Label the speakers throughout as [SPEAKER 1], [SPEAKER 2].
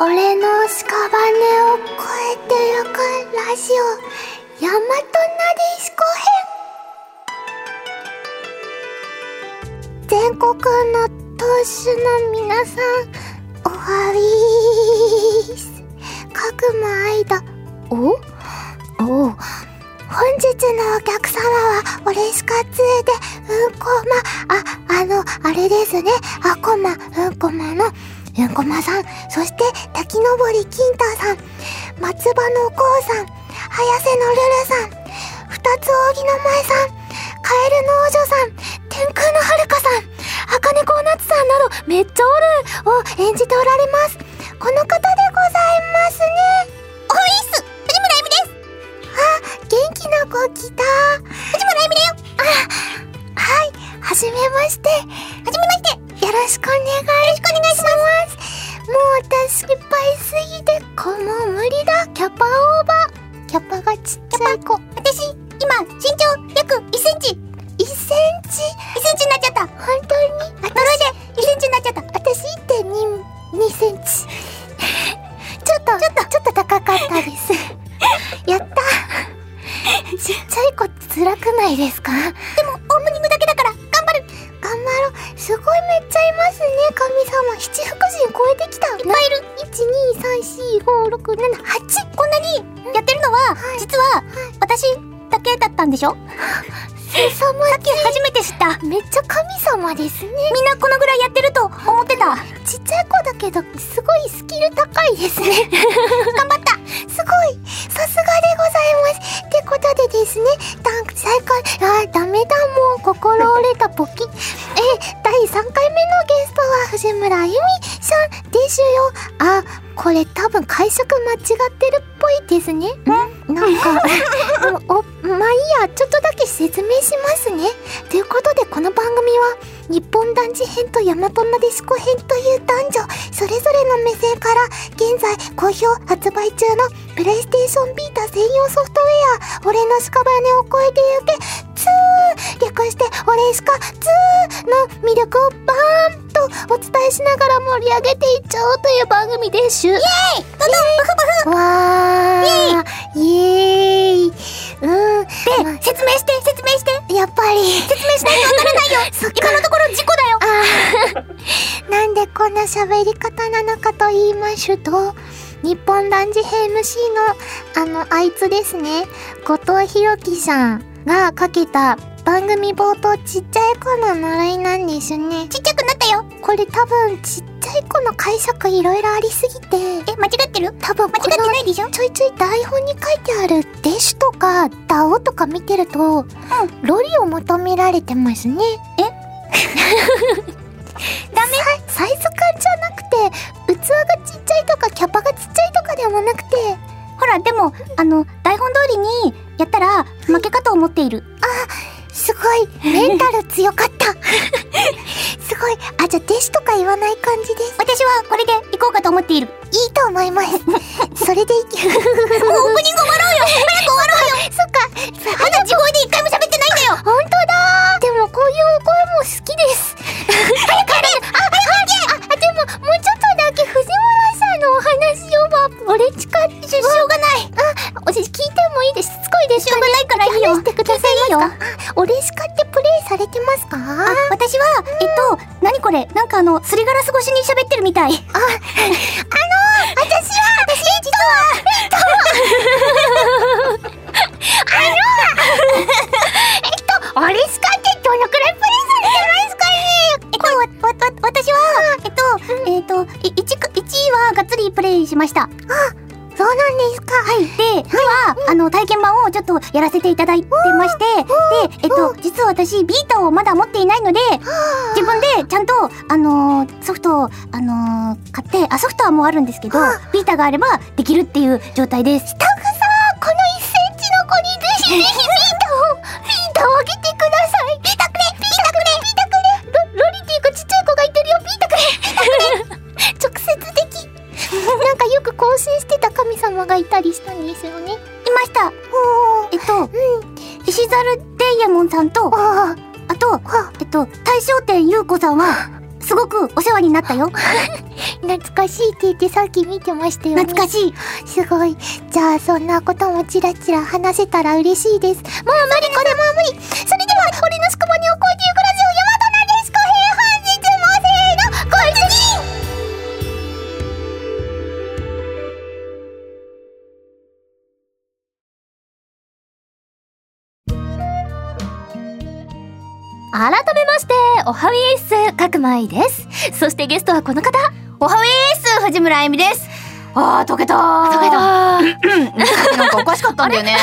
[SPEAKER 1] 俺の屍を越えてゆくラジオ、ヤマトナデシコ編。全国の当主の皆さん、おはびーす。各間間、おおう本日のお客様は、オレシカツで、うんこま、あ、あの、あれですね、あこま、うんこまの、うんこまさん、そして、滝登り金太さん、松葉のこうさん、早瀬のるるさん、二つ扇の前さん、カエルの王女さん、天空のはるかさん、茜コーナツさんなど、めっちゃおるを演じておられます。この方でございますね。オイスプリムライムですあ、元気な子来た。藤村エミだよ。あ、はい。はじめまして。はじめまして。よろしくお願いします。もう私いっぱいすぎて、こもう無理だ。キャパオーバー。キャパがちっちゃい子。私、今、身長約1センチ。1センチ ?1 センチになっちゃった。本当に呪いで1センチになっちゃった。私1.2、2セン チ。ちょっと、ちょっと、ちょっと高かった です。やったちっちゃい子辛くないですかでもオープニングだけだから頑張る頑張ろうすごいめっちゃいますね神様七福神超えてきたいっぱいいる1234567こんなにやってるのは、実は私だけだったんでしょさっき初めて知っためっちゃ神様ですねみんなこのぐらいやってると思ってたちっちゃい子だけどすごいスキル高いですね 頑張ったすごいさすがでございますってことでですねダンク最下あーダメだもう心折れたポキえー第3回目のゲストは藤村由美さんですよあこれ多分解釈間違ってるっぽいですねなんかおおまあいいやちょっとだけ説明しますねということでこの番組は日本男児編と大和なでしこ編という男女それぞれの目線から現在好評発売中のプレイステーションビータ専用ソフトウェア「俺の屍を越えてゆけ2」略して「俺しか2」の魅力をバーンとお伝えしながら盛り上げていっちゃおうという番組ですイエーイどどバフバフわーイエーイうんで、説明して説明してやっぱり説明しないとわからないよ今のところ事故だよなんでこんな喋り方なのかと言いますと、日本男児編 MC の、あの、あいつですね、後藤弘樹さんがかけた番組冒頭ちっちゃい子の呪いなんですね。ちっちゃくなったよこれ多分ちっちゃい子の解釈いろいろありすぎて。え、間違ってる多分間違ってないでしょちょいちょい台本に書いてある弟子とかダオとか見てると、ロリを求められてますね。 えダメサイズ感じゃなくて器がちっちゃいとかキャパがちっちゃいとかでもなくて
[SPEAKER 2] ほら、でも、あの、台本通りにやったら負けかと思っている。
[SPEAKER 1] すごいメンタル強かった すごいあじゃあ弟子とか言わない感じです
[SPEAKER 2] 私はこれで行こうかと思っている。も
[SPEAKER 1] いいと思い ます それでいきもうオープニング終わ
[SPEAKER 2] うオープニング終わろうよ早く終わろうよ
[SPEAKER 1] そっか
[SPEAKER 2] まだ地声で一回も喋ってないんだよ
[SPEAKER 1] 本当だでもこういうお声も好きです早く早くあ、あ、あ、あ、でももうちょっとだけ藤村さんのお話をば俺近くしょうがないあ、おし聞いてもいいですしつこいですかね
[SPEAKER 2] しょうがないからいいよ
[SPEAKER 1] 話してくださいますか俺しかってプレイされてますか
[SPEAKER 2] あ
[SPEAKER 1] あ、
[SPEAKER 2] 私は、えっと、何これなんかあの、すりガラス越しに喋ってるみたい。
[SPEAKER 1] あのー、私は私実はえっと、あのー、えっと、俺しかってどのくらいプレイされてますかね
[SPEAKER 2] えっと、わ、わ、わ、私は、えっと、えっと、い1か、1はがっつりプレイしました。
[SPEAKER 1] そうなんですかはい
[SPEAKER 2] で、ふは、あの、体験版をちょっとやらせていただいてまして、で、えっと、実は私、ビータをまだ持っていないので、自分でちゃんと、あのーソフトを、あのー買って、あ、ソフトはもうあるんですけど
[SPEAKER 1] はあ、
[SPEAKER 2] ビータがあればできるっていう状態です。
[SPEAKER 1] タフさん、この1センチの子にぜひぜひビータを、ビータをあげてください。ビータくれ、ビータくれ、ビータくれ。ロ、ロリっていうかちっちゃい子がいてるよ、ビータくれ、ビータくれ。直接的。なんかよく更新してた神様がいたりしたんですよね。
[SPEAKER 2] いました。えっと、石猿デイヤモンさんと、
[SPEAKER 1] ああ、
[SPEAKER 2] あと、えっと、大正店優子さんは、すすごくお世話になったよ。
[SPEAKER 3] 懐かしいって言ってさっき見てましたよね。
[SPEAKER 2] 懐かしい。
[SPEAKER 3] すごい。じゃあ、そんなこともちらちら話せたら嬉しいです。もう無理、これもう無理。それでは、俺の宿場におこうという暮らしを山となんです。ご平凡日もせーの、ご一人
[SPEAKER 1] 改めまして、おはウィース、角舞です。そしてゲストはこの方。おはウィース、藤村あゆみです。あー、溶けた溶けた
[SPEAKER 4] なんかおかしかったんだよ ね。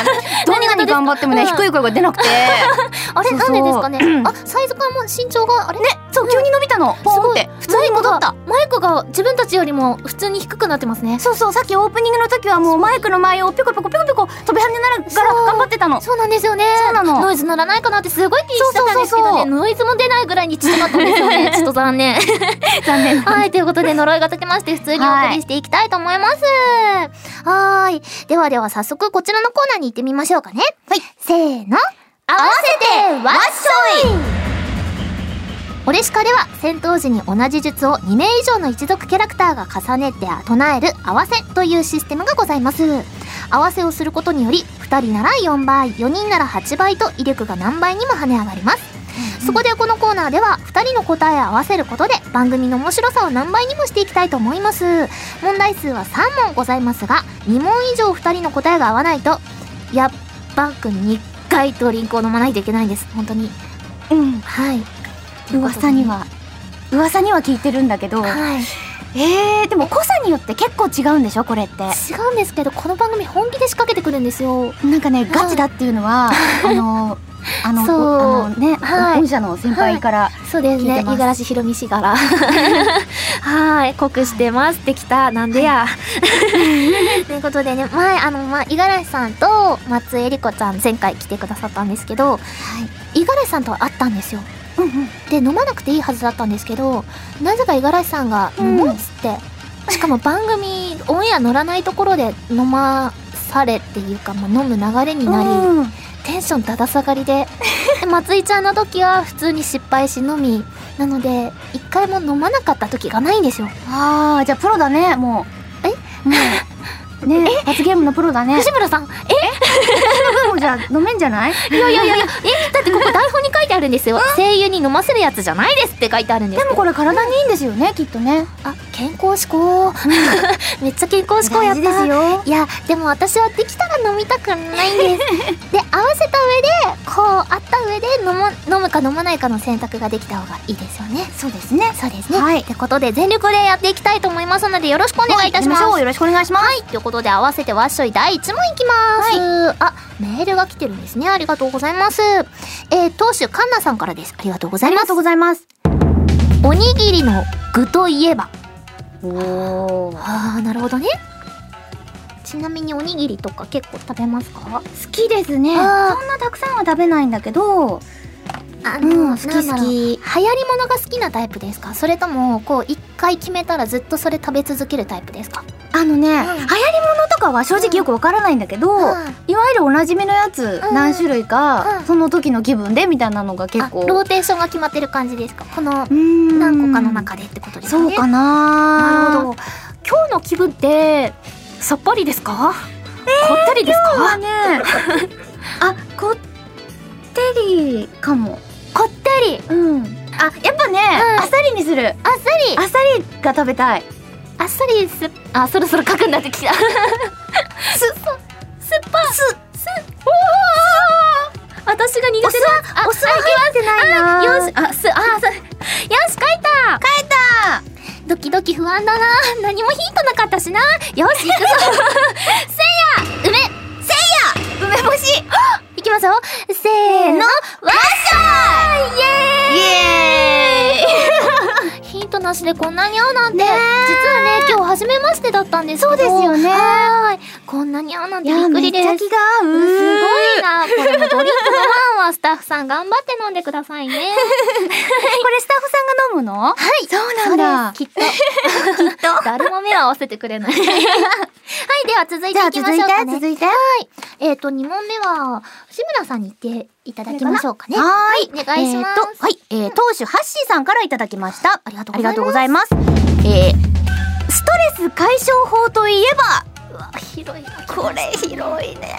[SPEAKER 4] どんなに頑張ってもね、
[SPEAKER 1] 何事
[SPEAKER 4] 低い声が出な くて。
[SPEAKER 1] あれ、
[SPEAKER 4] そう
[SPEAKER 1] な
[SPEAKER 4] そ
[SPEAKER 1] ん
[SPEAKER 4] う
[SPEAKER 1] でですかね。 あ、サイズ感も身長が、あれね、
[SPEAKER 4] そう、急に伸びたの。ポーンって。
[SPEAKER 1] 普通に戻った。マイクが自分たちよりも普通に低くなってますね。
[SPEAKER 2] そうそう、さっきオープニングの時はもうマイクの前をピコピコピコピコ飛び跳ねながら頑張ってたの。
[SPEAKER 1] そうなんですよね。
[SPEAKER 2] そうなの
[SPEAKER 1] ノイズならないかなってすごい気にしてたんですけ
[SPEAKER 2] そう
[SPEAKER 1] ど
[SPEAKER 2] そうそ
[SPEAKER 1] ね、
[SPEAKER 2] う
[SPEAKER 1] ノイズも出ないぐらいに縮まったんですよ ね。ちょっと残念。
[SPEAKER 2] 残念。
[SPEAKER 1] はい、ということで呪いが解けまして普通にお送りしていきたいと思います。はーい。ではでは早速こちらのコーナーに行ってみましょうかね。はい。せーの。合わせてわっしょいオレシカでは戦闘時に同じ術を2名以上の一族キャラクターが重ねて唱える合わせというシステムがございます。合わせをすることにより2人なら4倍4人なら8倍と威力が何倍にも跳ね上がります。そこでこのコーナーでは2人の答えを合わせることで番組の面白さを何倍にもしていきたいと思います問題数は3問ございますが2問以上2人の答えが合わないとやっばく2回とリンクを飲まないといけないんです本当に
[SPEAKER 2] うん。
[SPEAKER 1] はい
[SPEAKER 2] 噂には、噂には聞いてるんだけど。
[SPEAKER 1] はい
[SPEAKER 2] えー、でも濃さによって結構違うんでしょこれって。
[SPEAKER 1] 違うんですけどこの番組本気で仕掛けてくるんですよ
[SPEAKER 2] なんかね、ガチだっていうのは、あの、あの、
[SPEAKER 1] そう
[SPEAKER 2] おあのね、
[SPEAKER 1] はい
[SPEAKER 2] 御社の先輩から、
[SPEAKER 1] そうです
[SPEAKER 2] 聞い
[SPEAKER 1] ね
[SPEAKER 2] てます
[SPEAKER 1] 五十嵐ひろみ氏から はい濃くしてますできたなんでや ということでね前あのまあ五十嵐さんと松江里子ちゃん前回来てくださったんですけど五十嵐さんとは会ったんですよ
[SPEAKER 2] うんうん。
[SPEAKER 1] で飲まなくていいはずだったんですけどなぜか五十嵐さんが
[SPEAKER 2] う
[SPEAKER 1] 飲
[SPEAKER 2] ん
[SPEAKER 1] もうっつって、しかも番組オンエア乗らないところで飲まされっていうか、まあ、飲む流れになり、
[SPEAKER 2] うん
[SPEAKER 1] テンションだだ下がり でで松井ちゃんの時は普通に失敗しのみなので一回も飲まなかった時がないんですよ
[SPEAKER 2] ああ、じゃあプロだね、も
[SPEAKER 1] え
[SPEAKER 2] う。もう。 ね、罰ゲームのプロだ ね。
[SPEAKER 1] 藤村さん
[SPEAKER 2] 分もじゃあ飲めんじゃ ない
[SPEAKER 1] えいやいやいやいやえだってここ台本に書いてあるんですよ声優に飲ませるやつじゃないですって書いてあるんで
[SPEAKER 2] ですもこれ体にいいんですよね、きっとね。
[SPEAKER 1] あ健康志 向めっちゃ健康志向やった
[SPEAKER 2] 大事よ。
[SPEAKER 1] いやでも私はできたら飲みたくないんですで 合わせた上でこうあった上で飲む飲むか飲まないかの選択ができた方がいいですよね
[SPEAKER 2] そうですね。
[SPEAKER 1] そうですね。
[SPEAKER 2] はい
[SPEAKER 1] ってことで全力でやっていきたいと思いますのでよろしくお願いいたします。
[SPEAKER 2] 行
[SPEAKER 1] は
[SPEAKER 2] き
[SPEAKER 1] い、
[SPEAKER 2] ょうよろしくお願いします。
[SPEAKER 1] ということで合わせてわっしょい第1問いきます。あ、メールが来てるんですね。ありがとうございます。えー、当主カンナさんからです。ありがとうござ
[SPEAKER 2] あ
[SPEAKER 1] い
[SPEAKER 2] り
[SPEAKER 1] ま
[SPEAKER 2] が
[SPEAKER 1] す
[SPEAKER 2] とう。ございます。
[SPEAKER 1] おにぎりの具といえば。
[SPEAKER 2] お好
[SPEAKER 1] ああ、なるほどね。ちなみにおにぎりとか結構食べますか
[SPEAKER 2] きですね。そん
[SPEAKER 1] あ
[SPEAKER 2] なたくさんは食べないんだけど、
[SPEAKER 1] あ
[SPEAKER 2] うん、
[SPEAKER 1] な
[SPEAKER 2] 好
[SPEAKER 1] ん
[SPEAKER 2] き
[SPEAKER 1] だ
[SPEAKER 2] 好
[SPEAKER 1] ろう流行
[SPEAKER 2] き。
[SPEAKER 1] り物が好きなタイプですかそれとも、こう、一回決めたらずっとそれ食べ続けるタイプですか
[SPEAKER 2] あのね、流
[SPEAKER 1] ん
[SPEAKER 2] 行り物とかは正直よくわからないんだけど、
[SPEAKER 1] うん
[SPEAKER 2] いわゆるおなじみのやつ
[SPEAKER 1] うん
[SPEAKER 2] 何種類
[SPEAKER 1] う
[SPEAKER 2] か
[SPEAKER 1] ん
[SPEAKER 2] その時の気分でみたいなのが結構
[SPEAKER 1] あローテーションが決まってる感じですかこの何
[SPEAKER 2] 何
[SPEAKER 1] 個かの中でってことですかね、
[SPEAKER 2] そうかな
[SPEAKER 1] なるほど今日の気分ってさっぱりですか、こったりです
[SPEAKER 2] は
[SPEAKER 1] か
[SPEAKER 2] ね あこってりかも
[SPEAKER 1] こってり
[SPEAKER 2] うんあやっぱね、
[SPEAKER 1] うん
[SPEAKER 2] あっさりにする
[SPEAKER 1] あっさり
[SPEAKER 2] あっさりが食べたい
[SPEAKER 1] あっさりすあそろそろ書くんだってき たすすっぱすすおお私が苦手な
[SPEAKER 2] お酢は
[SPEAKER 1] あ
[SPEAKER 2] お酢は入ってないな
[SPEAKER 1] あよしあすあさよし書いた書いたドキドキ不安だな何もヒントなかったしなよし 行くぞせいや梅せいや梅干しいきますよせーのわっしょいイエーイヒントなしでこんなに合うなんて、
[SPEAKER 2] ねえ
[SPEAKER 1] 実はね今日初めましてだったんですそう
[SPEAKER 2] ですよね
[SPEAKER 1] はーいこんなに合うなん
[SPEAKER 2] い
[SPEAKER 1] てびっ
[SPEAKER 2] や
[SPEAKER 1] く
[SPEAKER 2] め
[SPEAKER 1] り
[SPEAKER 2] っ
[SPEAKER 1] で
[SPEAKER 2] ち
[SPEAKER 1] す
[SPEAKER 2] ゃ気が合う
[SPEAKER 1] すごいな。これもドリンクのワンはスタッフさん頑張って飲んでくださいね。
[SPEAKER 2] これスタッフさんが飲むのはいそうなん だ
[SPEAKER 1] きっと。きっと。誰も目を合わせてくれない。はい、では続いて
[SPEAKER 2] じゃ
[SPEAKER 1] い
[SPEAKER 2] あ
[SPEAKER 1] き
[SPEAKER 2] 続
[SPEAKER 1] ま
[SPEAKER 2] い
[SPEAKER 1] しょうか
[SPEAKER 2] て、
[SPEAKER 1] ね。
[SPEAKER 2] 続いて。は
[SPEAKER 1] はい。えっ、と、2問目は、志村さんに言っていただきましょうかね。
[SPEAKER 2] ーい。
[SPEAKER 1] お願いします
[SPEAKER 2] えーと、はい。えー、当主ハッシーさんからいただきました。
[SPEAKER 1] ありがとう
[SPEAKER 2] あ
[SPEAKER 1] ご
[SPEAKER 2] り
[SPEAKER 1] ざいます
[SPEAKER 2] がとうございます。えー、ストレス解消法といえば、
[SPEAKER 1] うわ、広いな。
[SPEAKER 2] これ広いね。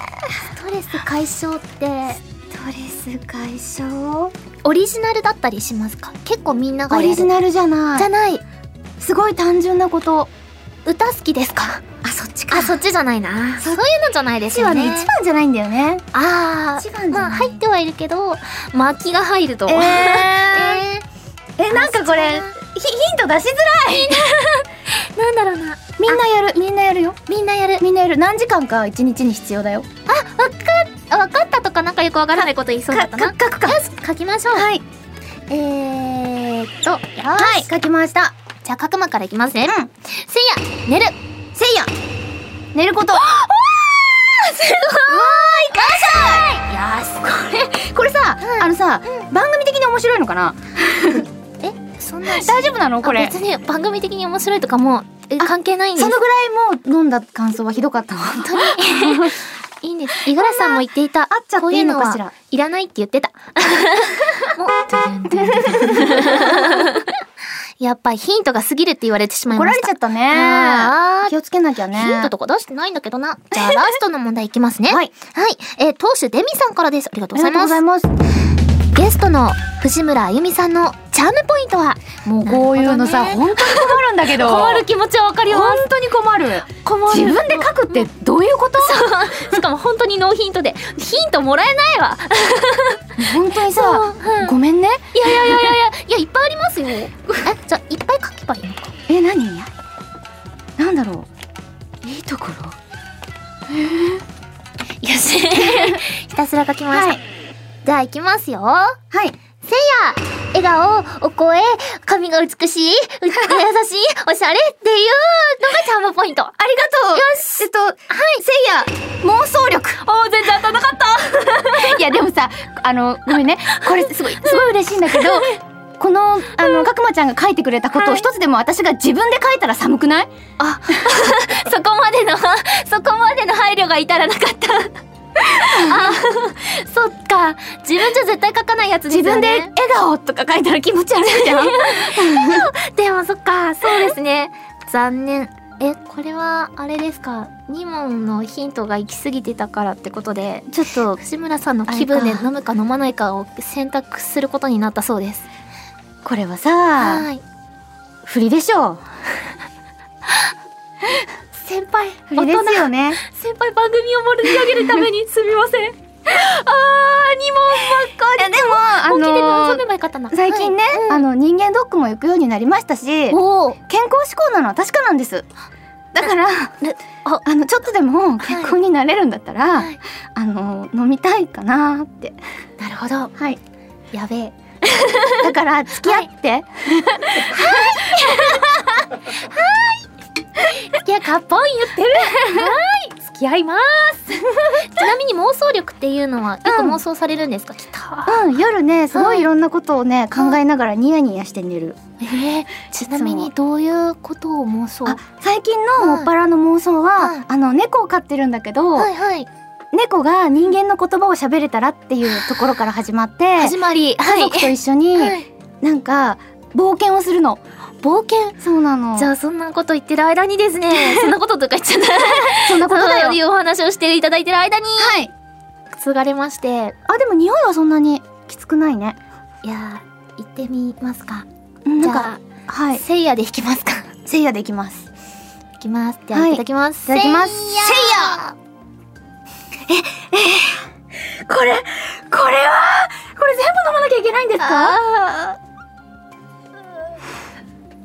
[SPEAKER 1] ストレス解消って、
[SPEAKER 2] ストレス解消
[SPEAKER 1] オリジナルだったりしますか結構みんなが
[SPEAKER 2] オ
[SPEAKER 1] やる
[SPEAKER 2] リジナルじゃない。
[SPEAKER 1] じゃない。
[SPEAKER 2] すごい単純なこと。
[SPEAKER 1] 歌好きですか
[SPEAKER 2] あ、そっち
[SPEAKER 1] あ、
[SPEAKER 2] あ、そっ
[SPEAKER 1] そっちじゃないな。そういうのじゃないです
[SPEAKER 2] ち
[SPEAKER 1] よ
[SPEAKER 2] は
[SPEAKER 1] ね。
[SPEAKER 2] ね、一番じゃないんだよね。
[SPEAKER 1] ああ、
[SPEAKER 2] 一番じゃ
[SPEAKER 1] ま
[SPEAKER 2] な
[SPEAKER 1] あ入
[SPEAKER 2] い
[SPEAKER 1] ってはいるけど、巻きが入ると。
[SPEAKER 2] えー
[SPEAKER 1] え
[SPEAKER 2] え、なんかこれ、ヒヒント出しづらい。
[SPEAKER 1] ーなんだろうな。
[SPEAKER 2] みんなやる、みんなやるよ。
[SPEAKER 1] みんなやる。
[SPEAKER 2] みんなやる。何時間か一日に必要だよ。
[SPEAKER 1] あ分かったとかなんかよくわからないこと言いそうだ
[SPEAKER 2] か、
[SPEAKER 1] った
[SPEAKER 2] か
[SPEAKER 1] な。
[SPEAKER 2] 書くか。
[SPEAKER 1] 書きましょう。
[SPEAKER 2] はい。
[SPEAKER 1] えーっと、よーし。
[SPEAKER 2] はい、書きました。
[SPEAKER 1] じゃあ、角間からいきますね。
[SPEAKER 2] うん。
[SPEAKER 1] せいや、寝る。
[SPEAKER 2] せいや寝ることわーすごいよしこれこれさ、あのさ、番組的に面白いのかな
[SPEAKER 1] え、そんな、
[SPEAKER 2] 大丈夫なのこ
[SPEAKER 1] あ
[SPEAKER 2] れ
[SPEAKER 1] 別に番組的に面白いとかも、え関係ないんで
[SPEAKER 2] そ
[SPEAKER 1] す
[SPEAKER 2] の。ぐらいもう飲んだ感想はひどかった わ
[SPEAKER 1] いいんです。五十嵐さんも言っていた。
[SPEAKER 2] あっちゃっていいのかし
[SPEAKER 1] こういう
[SPEAKER 2] ら
[SPEAKER 1] は。いらないって言って た。もうやっぱりヒントが過ぎるって言われてしまい
[SPEAKER 2] 怒
[SPEAKER 1] ま
[SPEAKER 2] ら
[SPEAKER 1] し
[SPEAKER 2] れち
[SPEAKER 1] た。
[SPEAKER 2] ゃった
[SPEAKER 1] あ
[SPEAKER 2] ね
[SPEAKER 1] ー
[SPEAKER 2] 気をつけなきゃね
[SPEAKER 1] ヒントとか出してないんだけどな。じゃあ、ラストの問題いきますね。
[SPEAKER 2] は
[SPEAKER 1] はい。
[SPEAKER 2] い
[SPEAKER 1] えー当主デミさんからです。ありがと
[SPEAKER 2] あ
[SPEAKER 1] う
[SPEAKER 2] り
[SPEAKER 1] ござい
[SPEAKER 2] がとうご
[SPEAKER 1] ます
[SPEAKER 2] ざい。ます
[SPEAKER 1] ゲストの藤村あゆみさんのチャームポイントは
[SPEAKER 2] もうこういうのさ、
[SPEAKER 1] なるほ
[SPEAKER 2] 本当に困るんだけど
[SPEAKER 1] 困る気持ちはわかりま
[SPEAKER 2] 本当に困る
[SPEAKER 1] 困る
[SPEAKER 2] 自分で書くってどういうこと
[SPEAKER 1] す。しかも本当にノーヒントで、ヒントもらえないわ。
[SPEAKER 2] 本当にさ、
[SPEAKER 1] うん
[SPEAKER 2] ごめんね
[SPEAKER 1] いやいやいやいやいや、いや、いっぱいありますよ。 え、じゃあ、いっぱい書けばいいのか。
[SPEAKER 2] え何なんだろういいところ
[SPEAKER 1] よし。ひたすら書きました。
[SPEAKER 2] はい
[SPEAKER 1] じゃあ、いきますよ。
[SPEAKER 2] はい
[SPEAKER 1] せいや、笑顔、お声、髪が美しい、う優しい、おしゃれっていうのがチャームポイント。
[SPEAKER 2] ありがとうよしえっと、はい、せいや、妄想力
[SPEAKER 1] おー、全然当たんなかった。
[SPEAKER 2] いや、でもさ、あの、ごめんね。これ、すごい、すごい嬉しいんだけ ど、この、あの、かくまちゃんが書いてくれたことを一つでも私が自分で書いたら寒くない
[SPEAKER 1] そこまでの、そこまでの配慮が至らなかった。あー、そっか。自分じゃ絶対書かないやつです
[SPEAKER 2] 自
[SPEAKER 1] よ
[SPEAKER 2] 分で
[SPEAKER 1] ね
[SPEAKER 2] 笑。顔とか書いたら気持ち悪いじ ゃん。
[SPEAKER 1] で、でもそっか、そうですね。残念。え、これは、あれですか。2問のヒントが行き過ぎてたからってことで、
[SPEAKER 2] ちょっと、
[SPEAKER 1] 藤村さんの気分で
[SPEAKER 2] あれか
[SPEAKER 1] 飲むか飲まないかを選択することになったそうです。
[SPEAKER 2] これはさ、
[SPEAKER 1] はい。
[SPEAKER 2] 振りでしょう。
[SPEAKER 1] 先輩、
[SPEAKER 2] 振りですよね。
[SPEAKER 1] 先輩番組を盛り上げるためにすみません。あー、2問ば っかり。でも、
[SPEAKER 2] あ
[SPEAKER 1] 本気で臨め
[SPEAKER 2] の、
[SPEAKER 1] ばよかったな。
[SPEAKER 2] 最近ね、あの、人間ドックも行くようになりましたし、
[SPEAKER 1] おお、
[SPEAKER 2] 健康志向なのは確かなんです。だから、
[SPEAKER 1] あ
[SPEAKER 2] あの、ちょっとでも健康になれるんだったら、
[SPEAKER 1] はい
[SPEAKER 2] あの、飲みたいかなって。
[SPEAKER 1] なるほど。
[SPEAKER 2] はい。
[SPEAKER 1] やべえ。
[SPEAKER 2] だから、付き合って。
[SPEAKER 1] 付き合いかっぽん言ってる。はい、付き合い ます。ちなみに妄想力っていうのは、よく
[SPEAKER 2] うん
[SPEAKER 1] 妄想されるんですか。きた。
[SPEAKER 2] うん、夜ね、すご
[SPEAKER 1] はい
[SPEAKER 2] いいろんなことをね、考えながらニヤニヤして寝る。
[SPEAKER 1] ええちなみに、どういうことを妄想。
[SPEAKER 2] あ、最近のもっぱらの妄想は、
[SPEAKER 1] はい
[SPEAKER 2] あの、猫を飼ってるんだけど、
[SPEAKER 1] はいはい。
[SPEAKER 2] 猫が人間の言葉を喋れたらっていうところから始まって、
[SPEAKER 1] 始まり。は
[SPEAKER 2] 家
[SPEAKER 1] い。
[SPEAKER 2] 族と一緒に、
[SPEAKER 1] はい
[SPEAKER 2] なんか、冒険をするの。
[SPEAKER 1] 冒険。
[SPEAKER 2] そうなの。
[SPEAKER 1] じゃあ、そんなこと言ってる間にですね。そんなこととか言っちゃった。
[SPEAKER 2] そんなことだ
[SPEAKER 1] そ
[SPEAKER 2] よ。
[SPEAKER 1] ういうお話をしていただいてる間に。
[SPEAKER 2] はい。
[SPEAKER 1] つがれまして。
[SPEAKER 2] あ、でも匂いはそんなにきつくないね。
[SPEAKER 1] いやー、行ってみますか。
[SPEAKER 2] うん
[SPEAKER 1] じ
[SPEAKER 2] なん
[SPEAKER 1] ゃ
[SPEAKER 2] か、はい。
[SPEAKER 1] せいやで引きますか。
[SPEAKER 2] せいやでいきます。
[SPEAKER 1] いきます。では、
[SPEAKER 2] はい
[SPEAKER 1] いただきます。
[SPEAKER 2] いただきます
[SPEAKER 1] せいや
[SPEAKER 2] これ、これは、これ全部飲まなきゃいけないんですか
[SPEAKER 1] あ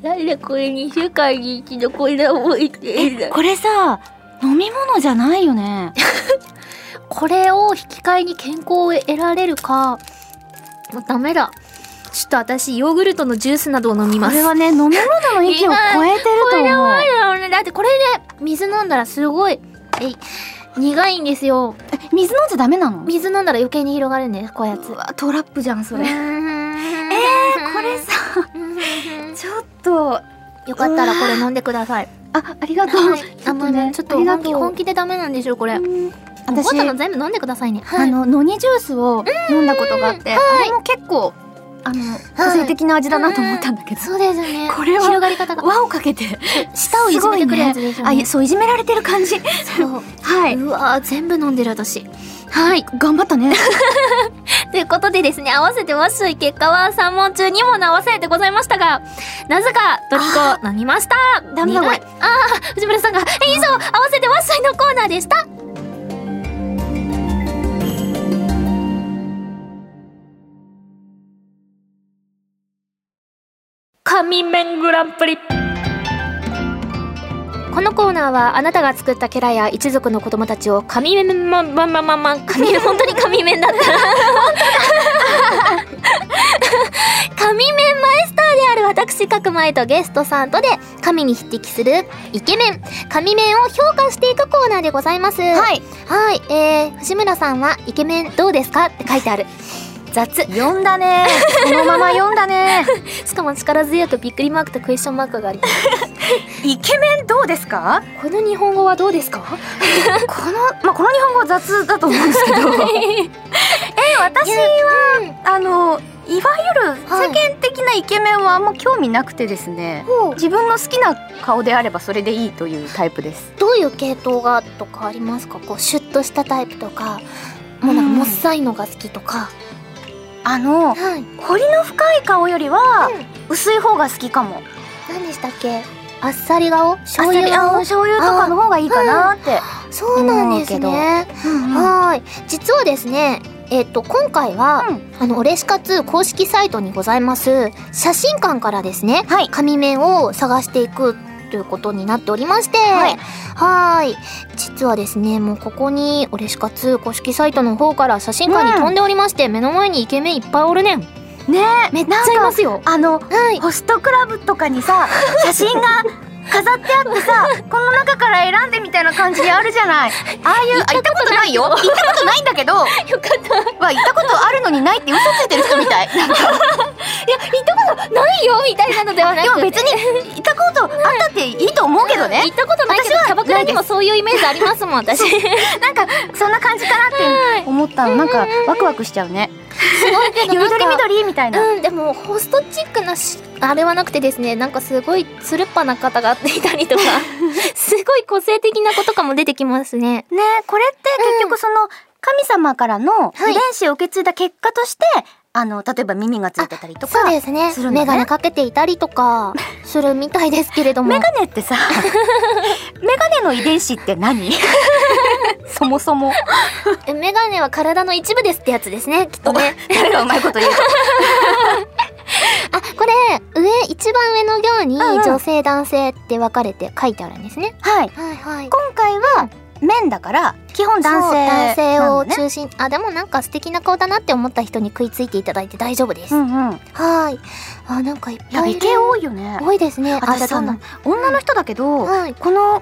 [SPEAKER 1] ーなんでこれ2週間に一度こんな思いしてんだ
[SPEAKER 2] これさ、飲み物じゃないよね。
[SPEAKER 1] これを引き換えに健康を得られるかもうダメだちょっと私ヨーグルトのジュースなどを飲み
[SPEAKER 2] こ
[SPEAKER 1] ます
[SPEAKER 2] れはね、飲み物の域を超えてると
[SPEAKER 1] これ
[SPEAKER 2] 思
[SPEAKER 1] や
[SPEAKER 2] う
[SPEAKER 1] ば。いだろうねだってこれで水飲んだらすごいえい苦いんですよ
[SPEAKER 2] え水飲んじゃダメなの
[SPEAKER 1] 水飲んだら余計に広がるんですこういうやつ
[SPEAKER 2] うわ、トラップじゃん、そ
[SPEAKER 1] え
[SPEAKER 2] れ。
[SPEAKER 1] ー
[SPEAKER 2] これさ、ちょっと、
[SPEAKER 1] よかったらこれ飲んでください
[SPEAKER 2] あ、ありがとう。
[SPEAKER 1] はい
[SPEAKER 2] ち
[SPEAKER 1] あ
[SPEAKER 2] ょっと
[SPEAKER 1] の
[SPEAKER 2] ね
[SPEAKER 1] ね、ちょっ
[SPEAKER 2] あ
[SPEAKER 1] と
[SPEAKER 2] りが
[SPEAKER 1] 本
[SPEAKER 2] と
[SPEAKER 1] 気
[SPEAKER 2] う
[SPEAKER 1] 本気でダメなんでしょこれ。私
[SPEAKER 2] 私
[SPEAKER 1] ボタの全部飲んでくださいね。
[SPEAKER 2] あ
[SPEAKER 1] い。
[SPEAKER 2] の、のにジュースを飲んだことがあって、あれも結構、あの、個性的な味だなと思ったんだけど。
[SPEAKER 1] そうですね。
[SPEAKER 2] こ れは
[SPEAKER 1] 広がり方が
[SPEAKER 2] 輪をかけて、
[SPEAKER 1] 舌をいじめてくるやつでしょ、
[SPEAKER 2] あ、いやそう、いじめられてる感じ。
[SPEAKER 1] そう。。
[SPEAKER 2] はいう
[SPEAKER 1] わー全部飲んでる私。はい。
[SPEAKER 2] 頑張ったね。
[SPEAKER 1] ということでですね、合わせてワッシュイ結果は3問中2問の合わせでございましたが、なぜかドリンクを飲みました。
[SPEAKER 2] ダメだ
[SPEAKER 1] 苦い
[SPEAKER 2] こ。
[SPEAKER 1] ああ、藤村さんが、え以上、合わせてワッシュイのコーナーでした。神面グランプリこのコーナーはあなたが作った家来や一族の子供たちを神面ままままま 神本当に神面だった本当だ神面マイスターである私角前とゲストさんとで神に匹敵するイケメン神面を評価していくコーナーでございますはいはいえー、藤村さんはイケメンどうですかって書いてある雑
[SPEAKER 2] 読んだね。このまま読んだね。
[SPEAKER 1] しかも力強くびっくりマークとクエスチョンマークがあります
[SPEAKER 2] イケメンどうですか
[SPEAKER 1] この日本語はどうです か
[SPEAKER 2] この、まあ、この日本語は雑だと思うんですけ ど。え、私は、あの、いわゆる
[SPEAKER 1] は
[SPEAKER 2] 世
[SPEAKER 1] い
[SPEAKER 2] 間的なイケメンはあんま興味なくてですね。自分の好きな顔であればそれでいいというタイプです。
[SPEAKER 1] どういう系統がとかありますかこうシュッとしたタイプとかもうなんか
[SPEAKER 2] うん
[SPEAKER 1] もっさいのが好きとか、
[SPEAKER 2] あの、
[SPEAKER 1] はい
[SPEAKER 2] 彫りの深い顔よりは
[SPEAKER 1] うん
[SPEAKER 2] 薄い方が好きかも。
[SPEAKER 1] 何でしたっけあっさり顔醤
[SPEAKER 2] あっさ
[SPEAKER 1] 油
[SPEAKER 2] りあ
[SPEAKER 1] 顔
[SPEAKER 2] 醤油とかの方がいいかなって。
[SPEAKER 1] そうなんですね
[SPEAKER 2] あ
[SPEAKER 1] はーい実はですねえっと今回は、
[SPEAKER 2] うん
[SPEAKER 1] あのオレシカツ公式サイトにございます写真館からですね、
[SPEAKER 2] はい
[SPEAKER 1] 紙面を探していくということになっておりまして
[SPEAKER 2] はい
[SPEAKER 1] はーい実はですねもうここにオレシカツ公式サイトの方から写真館に飛んでおりまして、目の前にイケメンいっぱいおるねん
[SPEAKER 2] ねえ、
[SPEAKER 1] めっちゃいますよ
[SPEAKER 2] あ
[SPEAKER 1] は
[SPEAKER 2] の、
[SPEAKER 1] い
[SPEAKER 2] ホストクラブとかにさ、写真が飾ってあってさ、この中から選んでみたいな感じであるじゃない。ああいう、あ行ったことないよ。行ったことないんだけど、ま
[SPEAKER 1] よかった
[SPEAKER 2] あ行ったことあるのにないって嘘ついてる人みたい。なんか
[SPEAKER 1] ないよみたいなのではな
[SPEAKER 2] でも
[SPEAKER 1] くて
[SPEAKER 2] 別に行ったことあったっていいと思うけどね
[SPEAKER 1] 行。ったことないけど
[SPEAKER 2] 私は
[SPEAKER 1] キャバクラにもそういうイメージありますもん私すごい
[SPEAKER 2] なんかそんな感じかなって思ったの。なんかワクワクしちゃうね。
[SPEAKER 1] けど
[SPEAKER 2] 緑
[SPEAKER 1] なんか
[SPEAKER 2] 緑みたいな。
[SPEAKER 1] うん、でもホストチックなしあれはなくてですねなんかすごいつるっぱな方がいた りとかすごい個性的な子とかも出てきますね。
[SPEAKER 2] ねこれって結局その神様からの遺伝子を受け継いだ結果として、あの例えば耳がついてたりとか
[SPEAKER 1] そうですね
[SPEAKER 2] するんだ
[SPEAKER 1] メ
[SPEAKER 2] ね
[SPEAKER 1] ガネかけていたりとか するみたいですけれども
[SPEAKER 2] メガネって さメガネの遺伝子って何 そもそも
[SPEAKER 1] え メガネは体の一部ですってやつですねきっとね。
[SPEAKER 2] 誰がうまいこと言うか
[SPEAKER 1] あこれ上一番上の行に
[SPEAKER 2] うんうん
[SPEAKER 1] 女性男性って分かれて書いてあるんですね。
[SPEAKER 2] はい
[SPEAKER 1] はいはい。
[SPEAKER 2] 今回は面だから基本男性
[SPEAKER 1] 男性
[SPEAKER 2] な
[SPEAKER 1] を
[SPEAKER 2] のね
[SPEAKER 1] 中心、あでもなんか素敵な顔だなって思った人に食いついていただいて大丈夫です、
[SPEAKER 2] うんうん
[SPEAKER 1] はーいあなんかいっ
[SPEAKER 2] いや
[SPEAKER 1] ぱい
[SPEAKER 2] 美
[SPEAKER 1] いる
[SPEAKER 2] 形多いよね
[SPEAKER 1] 多いですねあ
[SPEAKER 2] 私
[SPEAKER 1] そ
[SPEAKER 2] そうの
[SPEAKER 1] なの
[SPEAKER 2] 女の人だけど、
[SPEAKER 1] はい
[SPEAKER 2] この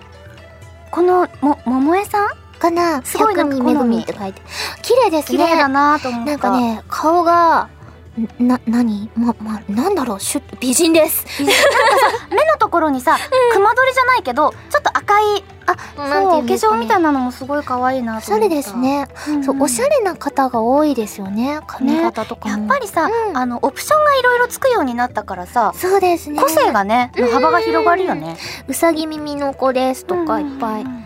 [SPEAKER 2] このも桃江さん
[SPEAKER 1] かな
[SPEAKER 2] すごいなん
[SPEAKER 1] 百人
[SPEAKER 2] か好
[SPEAKER 1] め
[SPEAKER 2] み
[SPEAKER 1] ぐみって書いて綺麗です
[SPEAKER 2] 綺
[SPEAKER 1] ね
[SPEAKER 2] 麗だなと思った
[SPEAKER 1] なんかね顔がんな何ままなんだろうシュッ美人です
[SPEAKER 2] 目のところにさ、熊取りじゃないけどちょっと赤いそうお化粧みた
[SPEAKER 1] い
[SPEAKER 2] いなのもすごい可愛いな
[SPEAKER 1] お
[SPEAKER 2] と
[SPEAKER 1] しゃ
[SPEAKER 2] 思
[SPEAKER 1] れ
[SPEAKER 2] った
[SPEAKER 1] です、ね、
[SPEAKER 2] んん
[SPEAKER 1] そうおしゃれな方が多いですよね髪型とか
[SPEAKER 2] や
[SPEAKER 1] も、
[SPEAKER 2] っぱりさ、
[SPEAKER 1] うん
[SPEAKER 2] あのオプションがいろいろつくようになったからさ
[SPEAKER 1] そうですね
[SPEAKER 2] 個性がね、
[SPEAKER 1] うん
[SPEAKER 2] 幅が広がるよね。
[SPEAKER 1] うさぎ耳の子ですとかいっぱい、え
[SPEAKER 2] うんうんうん
[SPEAKER 1] ー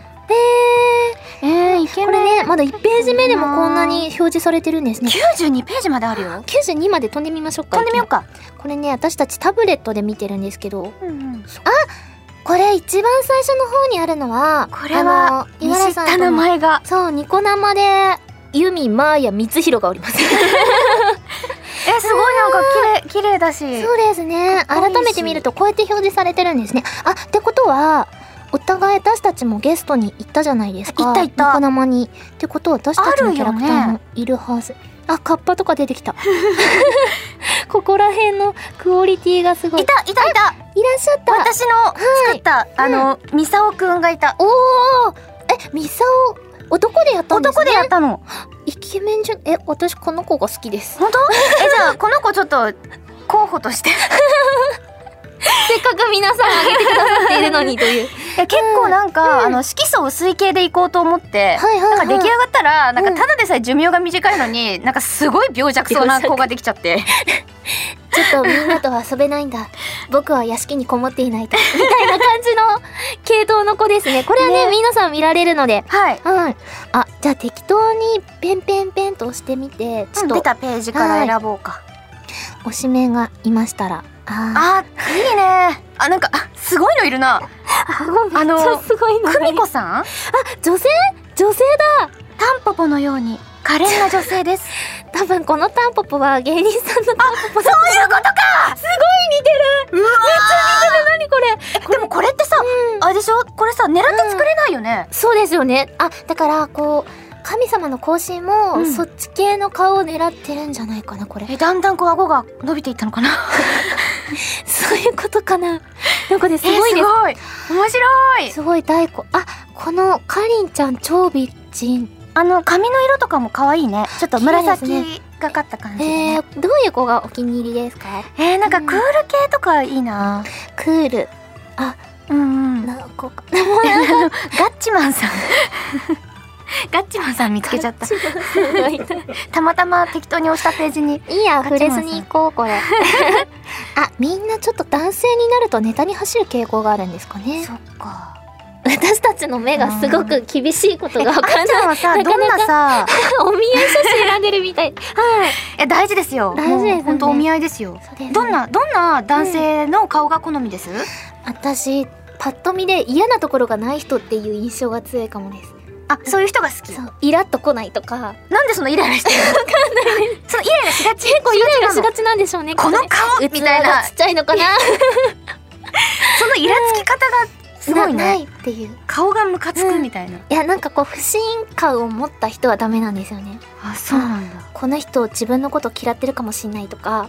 [SPEAKER 2] えー、イケ
[SPEAKER 1] こ
[SPEAKER 2] メン。
[SPEAKER 1] れねまだ1ページ目でもこんなに表示されてるんですね
[SPEAKER 2] 九十二ページまであるよ。
[SPEAKER 1] 92まで飛んでみましょうか
[SPEAKER 2] 飛んでみようか。
[SPEAKER 1] これね私たちタブレットで見てるんですけど
[SPEAKER 2] うん、
[SPEAKER 1] これ一番最初の方にあるのは
[SPEAKER 2] これは
[SPEAKER 1] あの
[SPEAKER 2] 見
[SPEAKER 1] 井
[SPEAKER 2] 知っ
[SPEAKER 1] 原さんと
[SPEAKER 2] た
[SPEAKER 1] の
[SPEAKER 2] 名前が。
[SPEAKER 1] そうニコ生でユミマーヤ光弘がおります
[SPEAKER 2] え、すごいなんか綺麗綺麗だ し。
[SPEAKER 1] そうですね
[SPEAKER 2] かっこい
[SPEAKER 1] 改
[SPEAKER 2] いし
[SPEAKER 1] めて見るとこうやって表示されてるんですねあってことはお互い私たちもゲストに行ったじゃないですか
[SPEAKER 2] 行った行った
[SPEAKER 1] ニコ生にってことは私たちのキャラクター
[SPEAKER 2] あるよ
[SPEAKER 1] もいるはずあ,、カッパとか出て きたここら辺のクオリティがすごい
[SPEAKER 2] いたいたいた。
[SPEAKER 1] いらっしゃった
[SPEAKER 2] 私の作った、あのミサオくんがいた。
[SPEAKER 1] おおえミサオ男でやったんですね
[SPEAKER 2] 男でやったの。
[SPEAKER 1] イケメンじゃんえ私この子が好き です
[SPEAKER 2] 本当？え、じゃあこの子ちょっと候補として。
[SPEAKER 1] せっかく皆さんあげてくださっているのにという
[SPEAKER 2] や結構なんか、あの色素薄い系でいこうと思って、
[SPEAKER 1] はいはいはい
[SPEAKER 2] なんか出来上がったらなんかただでさえ寿命が短いのに、なんかすごい病弱そうな子ができちゃって
[SPEAKER 1] ちょっとみんなとは遊べないん だ。僕は屋敷にこもっていないと。みたいな感じの系統の子ですね。これはね、皆さん見られるので。
[SPEAKER 2] はい
[SPEAKER 1] うん。あ、じゃあ適当にペンペンペンと押してみて、ちょっと
[SPEAKER 2] 出たページから選ぼうか、
[SPEAKER 1] 推しメンがいましたら。あ
[SPEAKER 2] あいいねあなんかあすごいのいるな
[SPEAKER 1] あ、
[SPEAKER 2] あの
[SPEAKER 1] めっちゃすごいのがい
[SPEAKER 2] 久
[SPEAKER 1] る。
[SPEAKER 2] 美子さん
[SPEAKER 1] 女性女性だ
[SPEAKER 2] タンポポのように可憐な女性です
[SPEAKER 1] 多分このタンポポは芸人さんのタンポポだ
[SPEAKER 2] そういうことか
[SPEAKER 1] すごい似てる
[SPEAKER 2] うわ
[SPEAKER 1] 何これ
[SPEAKER 2] ーでもこれってさ、あれでしょこれさ狙って作れないよね、
[SPEAKER 1] そうですよねあだからこう神様の行進も、
[SPEAKER 2] うん
[SPEAKER 1] そっち系の顔を狙ってるんじゃないかなこれ
[SPEAKER 2] えだんだんこう顎が伸びていったのかな
[SPEAKER 1] そういうことかななんかねす
[SPEAKER 2] すご
[SPEAKER 1] ご
[SPEAKER 2] い
[SPEAKER 1] い
[SPEAKER 2] ね、
[SPEAKER 1] です
[SPEAKER 2] ごい面白い
[SPEAKER 1] すすごい大根あこのかりんちゃん超美人
[SPEAKER 2] あの髪の色とかも可愛いねちょっと
[SPEAKER 1] 綺麗で
[SPEAKER 2] 紫がかった感じでね
[SPEAKER 1] えー、どういう子がお気に入りですか
[SPEAKER 2] えー、なんかクール系とかいいな
[SPEAKER 1] クール
[SPEAKER 2] うんうん ガッ
[SPEAKER 1] な子か
[SPEAKER 2] チマンさん ガッチマンさん見つけちゃったたまたま適当に押したページに
[SPEAKER 1] いいや、触
[SPEAKER 2] 勝ち
[SPEAKER 1] れ
[SPEAKER 2] ま
[SPEAKER 1] ず
[SPEAKER 2] す
[SPEAKER 1] に行こう、これ。 あ、みんなちょっと男性になるとネタに走る傾向があるんですかね。
[SPEAKER 2] っか
[SPEAKER 1] 私たちの目がすごく厳しいことが分か
[SPEAKER 2] あ
[SPEAKER 1] ん
[SPEAKER 2] んち
[SPEAKER 1] ない。
[SPEAKER 2] ゃんはさ
[SPEAKER 1] なか
[SPEAKER 2] どん
[SPEAKER 1] なか
[SPEAKER 2] な さ
[SPEAKER 1] お見合い写真選んでるみたい。はい。
[SPEAKER 2] え大事ですよ
[SPEAKER 1] 大事ですね
[SPEAKER 2] もう本当お見合いですよ
[SPEAKER 1] そうですね
[SPEAKER 2] どんなどんな男性の顔が好みです、
[SPEAKER 1] 私、パッと見で嫌なところがない人っていう印象が強いかもです。
[SPEAKER 2] あそういう人が好き
[SPEAKER 1] そう。イラっと来ないとか。
[SPEAKER 2] なんでそのイライラしてるのわかんない そのイライラしがち
[SPEAKER 1] 結構イライラし
[SPEAKER 2] がち
[SPEAKER 1] がちなんでしょうね。
[SPEAKER 2] なの
[SPEAKER 1] きっと
[SPEAKER 2] この
[SPEAKER 1] ね
[SPEAKER 2] 顔み
[SPEAKER 1] 器
[SPEAKER 2] たいな
[SPEAKER 1] がちっちゃいのかな。
[SPEAKER 2] そのイラつき方がすごい
[SPEAKER 1] なな
[SPEAKER 2] ね
[SPEAKER 1] いっていう。
[SPEAKER 2] 顔がムカつくみたいな、
[SPEAKER 1] いや、なんかこう、不信感を持った人はダメなんですよね。
[SPEAKER 2] あそうなんだ
[SPEAKER 1] この人自分のこと嫌ってるかもしんないと か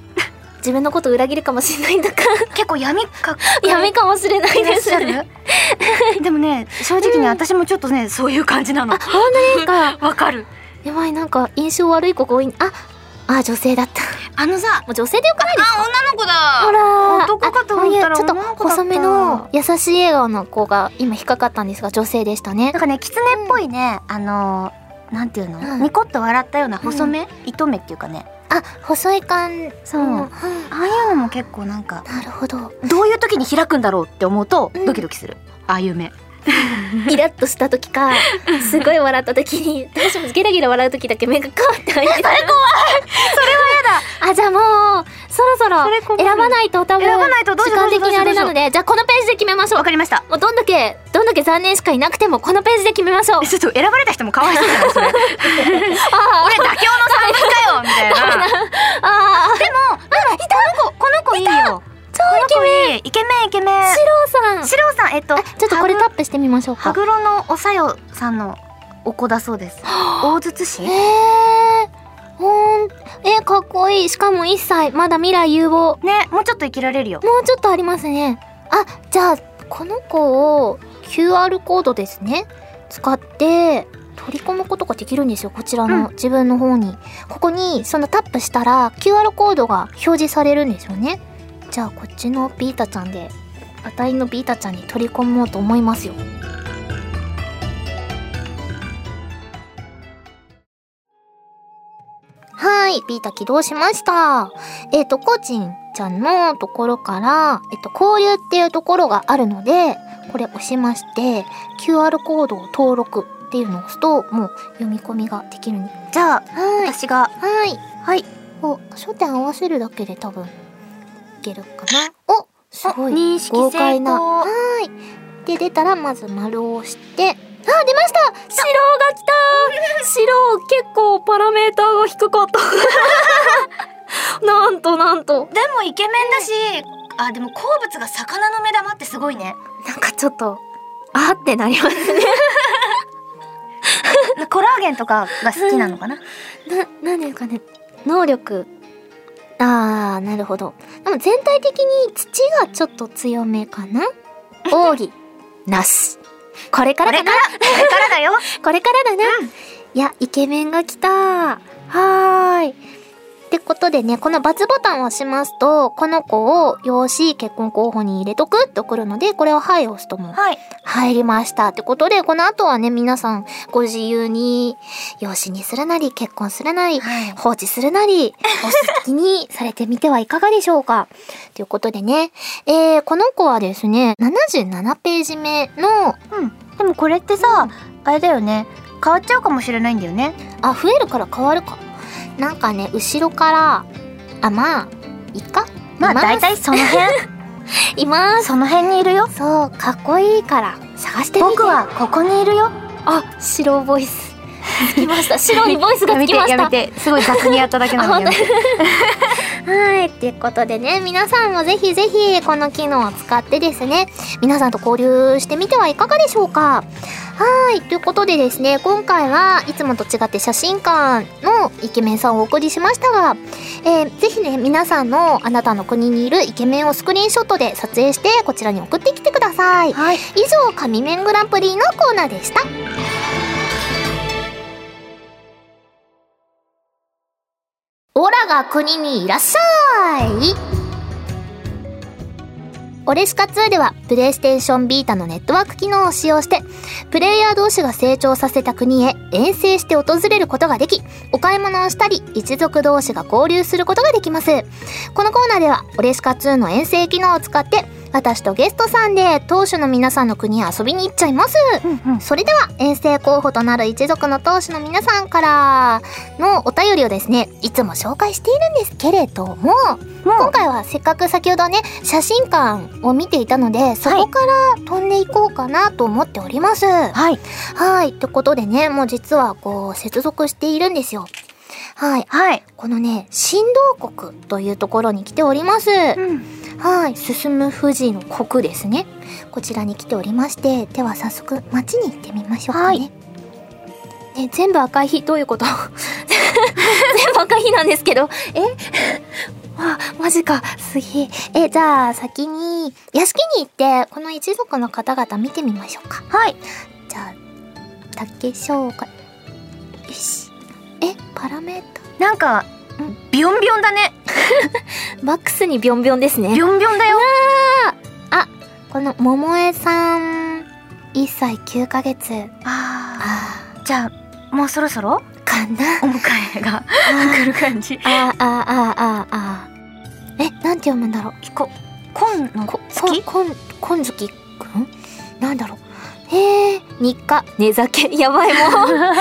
[SPEAKER 1] 自分のこと裏切るかもしんないとか
[SPEAKER 2] 結構闇か
[SPEAKER 1] やめかもしれない
[SPEAKER 2] いら
[SPEAKER 1] で
[SPEAKER 2] っ
[SPEAKER 1] す
[SPEAKER 2] しゃる でもね正直ね、私もちょっとねそういう感じなの
[SPEAKER 1] あ 本当ですか
[SPEAKER 2] わかる
[SPEAKER 1] やばいなんか印象悪い子が多いああ女性だった
[SPEAKER 2] あのさ
[SPEAKER 1] もう女性でよくない
[SPEAKER 2] あ女の子
[SPEAKER 1] ほ
[SPEAKER 2] だ
[SPEAKER 1] ら
[SPEAKER 2] 男かと
[SPEAKER 1] あ
[SPEAKER 2] 思ったら
[SPEAKER 1] あいやちょっと
[SPEAKER 2] 女の子だった
[SPEAKER 1] 細めの優しい笑顔の子が今引っかかったんですが女性でしたね
[SPEAKER 2] なんかね狐っぽいね、あのなんていうの、
[SPEAKER 1] うん
[SPEAKER 2] ニコッと笑ったような細め、糸目っていうかね
[SPEAKER 1] あ細い感
[SPEAKER 2] そう
[SPEAKER 1] うん
[SPEAKER 2] ああいうのも結構なんか
[SPEAKER 1] なるほど
[SPEAKER 2] どういう時に開くんだろうって思うと
[SPEAKER 1] うん
[SPEAKER 2] ドキドキする、ああいう目
[SPEAKER 1] イラッとした時 かすごい笑った時に私もゲラゲラ笑う時だけ目がカーって開いて たそれ怖いそれはやだあじゃあもうそろそろ
[SPEAKER 2] それ困る
[SPEAKER 1] 選ばないと多分
[SPEAKER 2] 選ばないとどう
[SPEAKER 1] 時
[SPEAKER 2] しよう
[SPEAKER 1] 間的にあれなのでじゃあこのページで決めましょう
[SPEAKER 2] わかりました
[SPEAKER 1] もうどんだけどんだけ残念しかいなくてもこのページで決めましょう
[SPEAKER 2] えちょっと選ばれた人もかわいそうじゃないそれ 俺妥
[SPEAKER 1] ああ
[SPEAKER 2] 協の3人かよみたいなでも、あ、いたこの子、この子いいよ。超イケメン。イケメン、イケメン。
[SPEAKER 1] 白さん
[SPEAKER 2] シロウさん、えっと、
[SPEAKER 1] ちょっとこれタ
[SPEAKER 2] ハ
[SPEAKER 1] ップしてみましょう
[SPEAKER 2] グハ
[SPEAKER 1] か
[SPEAKER 2] グロのおさよさんのお子だそうです。大筒市
[SPEAKER 1] え。ー、ほんえかっこいいしかも1歳まだ未来有望
[SPEAKER 2] ね、もうちょっと生きられるよ。
[SPEAKER 1] もうちょっとありますね。あ、じゃあ、この子を QR コードですね。使って、取り込むことができるんですよ。こちらの、
[SPEAKER 2] う
[SPEAKER 1] 自分の方に。ここに、そのタップしたら、QR コードが表示されるんですよね。じゃあ、こっちのビータちゃんで、あたいのビータちゃんに取り込もうと思いますよ。はい、ビータ起動しました。えっ、と、コーチンちゃんのところから、えっ、と、交流っていうところがあるので、これ押しまして、QR コードを登録っていうのを押すと、もう読み込みができるんで。
[SPEAKER 2] じゃあ、
[SPEAKER 1] はい。
[SPEAKER 2] 私が、
[SPEAKER 1] はい。
[SPEAKER 2] はい。
[SPEAKER 1] お、焦点合わせるだけで多分、いけるかな。おす
[SPEAKER 2] お
[SPEAKER 1] ごい。
[SPEAKER 2] 認識
[SPEAKER 1] 豪
[SPEAKER 2] 成
[SPEAKER 1] 快な。は
[SPEAKER 2] 功。
[SPEAKER 1] ーい。で、出たら、まず丸を押して、あ、出ました白が来た白、結構パラメーターが低か った。なんとなんと。
[SPEAKER 2] でもイケメンだし、あ、でも好物が魚の目玉ってすごいね。
[SPEAKER 1] なんかちょっと、あーってなりますね。
[SPEAKER 2] コラーゲンとかが好きなのか な。
[SPEAKER 1] な、なんですかね。能力。あー、なるほど。でも全体的に土がちょっと強めか な。奥義。なし。これか
[SPEAKER 2] こ
[SPEAKER 1] ら
[SPEAKER 2] れ
[SPEAKER 1] か
[SPEAKER 2] か
[SPEAKER 1] な
[SPEAKER 2] ら、これからだ よ。
[SPEAKER 1] これからだな。いや、イケメンが来た。はーい。ってことでね、この×ボタンを押しますと、この子を養子結婚候補に入れとくって送るので、これをはいを押すともう
[SPEAKER 2] はい。
[SPEAKER 1] 入りましたってことで、この後はね、皆さんご自由に養子にするなり、結婚するなり、
[SPEAKER 2] はい
[SPEAKER 1] 放置するなり、お好きにされてみてはいかがでしょうか。ということでね、えー、この子はですね、77ページ目の、
[SPEAKER 2] うん。でもこれってさ、あれだよね。変わっちゃうかもしれないんだよね。
[SPEAKER 1] あ、増えるから変わるか。なんかね、後ろから、あ、まあ、いっか。
[SPEAKER 2] まあ
[SPEAKER 1] いす
[SPEAKER 2] 大体その 辺、
[SPEAKER 1] います。
[SPEAKER 2] その辺にいるよ。
[SPEAKER 1] そう、かっこいいから、探してみて。
[SPEAKER 2] 僕はここにいるよ。
[SPEAKER 1] あ、白ボイス。つきました。白いボイスがつきました。
[SPEAKER 2] て。すごい雑にやっただけ
[SPEAKER 1] あ本当にはい。っていうことでね、皆さんもぜひぜひこの機能を使ってですね、皆さんと交流してみてはいかがでしょうかはい。ということでですね、今回はいつもと違って写真館のイケメンさんをお送りしましたが、えー、ぜひね、皆さんのあなたの国にいるイケメンをスクリーンショットで撮影して、こちらに送ってきてください。
[SPEAKER 2] はい。
[SPEAKER 1] 以上、神面グランプリのコーナーでした。オラが国にいらっしゃいオレシカ2ではプレイステーションビータのネットワーク機能を使用してプレイヤー同士が成長させた国へ遠征して訪れることができお買い物をしたり一族同士が交流することができますこのコーナーではオレシカ2の遠征機能を使って私とゲストさんで当主の皆さんの国へ遊びに行っちゃいますそれでは遠征候補となる一族の当主の皆さんからのお便りをですねいつも紹介しているんですけれども今回はせっかく先ほどね写真館を見ていたのでそこから飛んでいこうかなと思っております。
[SPEAKER 2] はい。
[SPEAKER 1] はいってことでねもう実はこう接続しているんですよ。はい
[SPEAKER 2] はい。
[SPEAKER 1] このね新道国というところに来ております。
[SPEAKER 2] うん。
[SPEAKER 1] はい、進む富士の国ですね。こちらに来ておりまして、では早速町に行ってみましょうかね。
[SPEAKER 2] はい
[SPEAKER 1] ね全部赤い日どういうこと 全部赤い日なんですけど、え わマジか、すげえ。え、じゃあ先に屋敷に行って、この一族の方々見てみましょうか。
[SPEAKER 2] はい。
[SPEAKER 1] じゃあ、竹紹介。よし。え、パラメータ
[SPEAKER 2] なんか、ビヨンビヨンだね。
[SPEAKER 1] マックスにビョンビョンですね
[SPEAKER 2] ビ。ヨンビヨンだよ。
[SPEAKER 1] この桃江さん1歳9ヶ月
[SPEAKER 2] あ
[SPEAKER 1] あ
[SPEAKER 2] ーじゃあ、もうそろそろ
[SPEAKER 1] ーかな
[SPEAKER 2] お迎えが来る感じ。
[SPEAKER 1] あーあーあーあーあーえなんて読むんだろう
[SPEAKER 2] こ、こんの
[SPEAKER 1] こ
[SPEAKER 2] 月
[SPEAKER 1] こんこんずきくんなんだろうへえ日課寝酒やばいもう なんか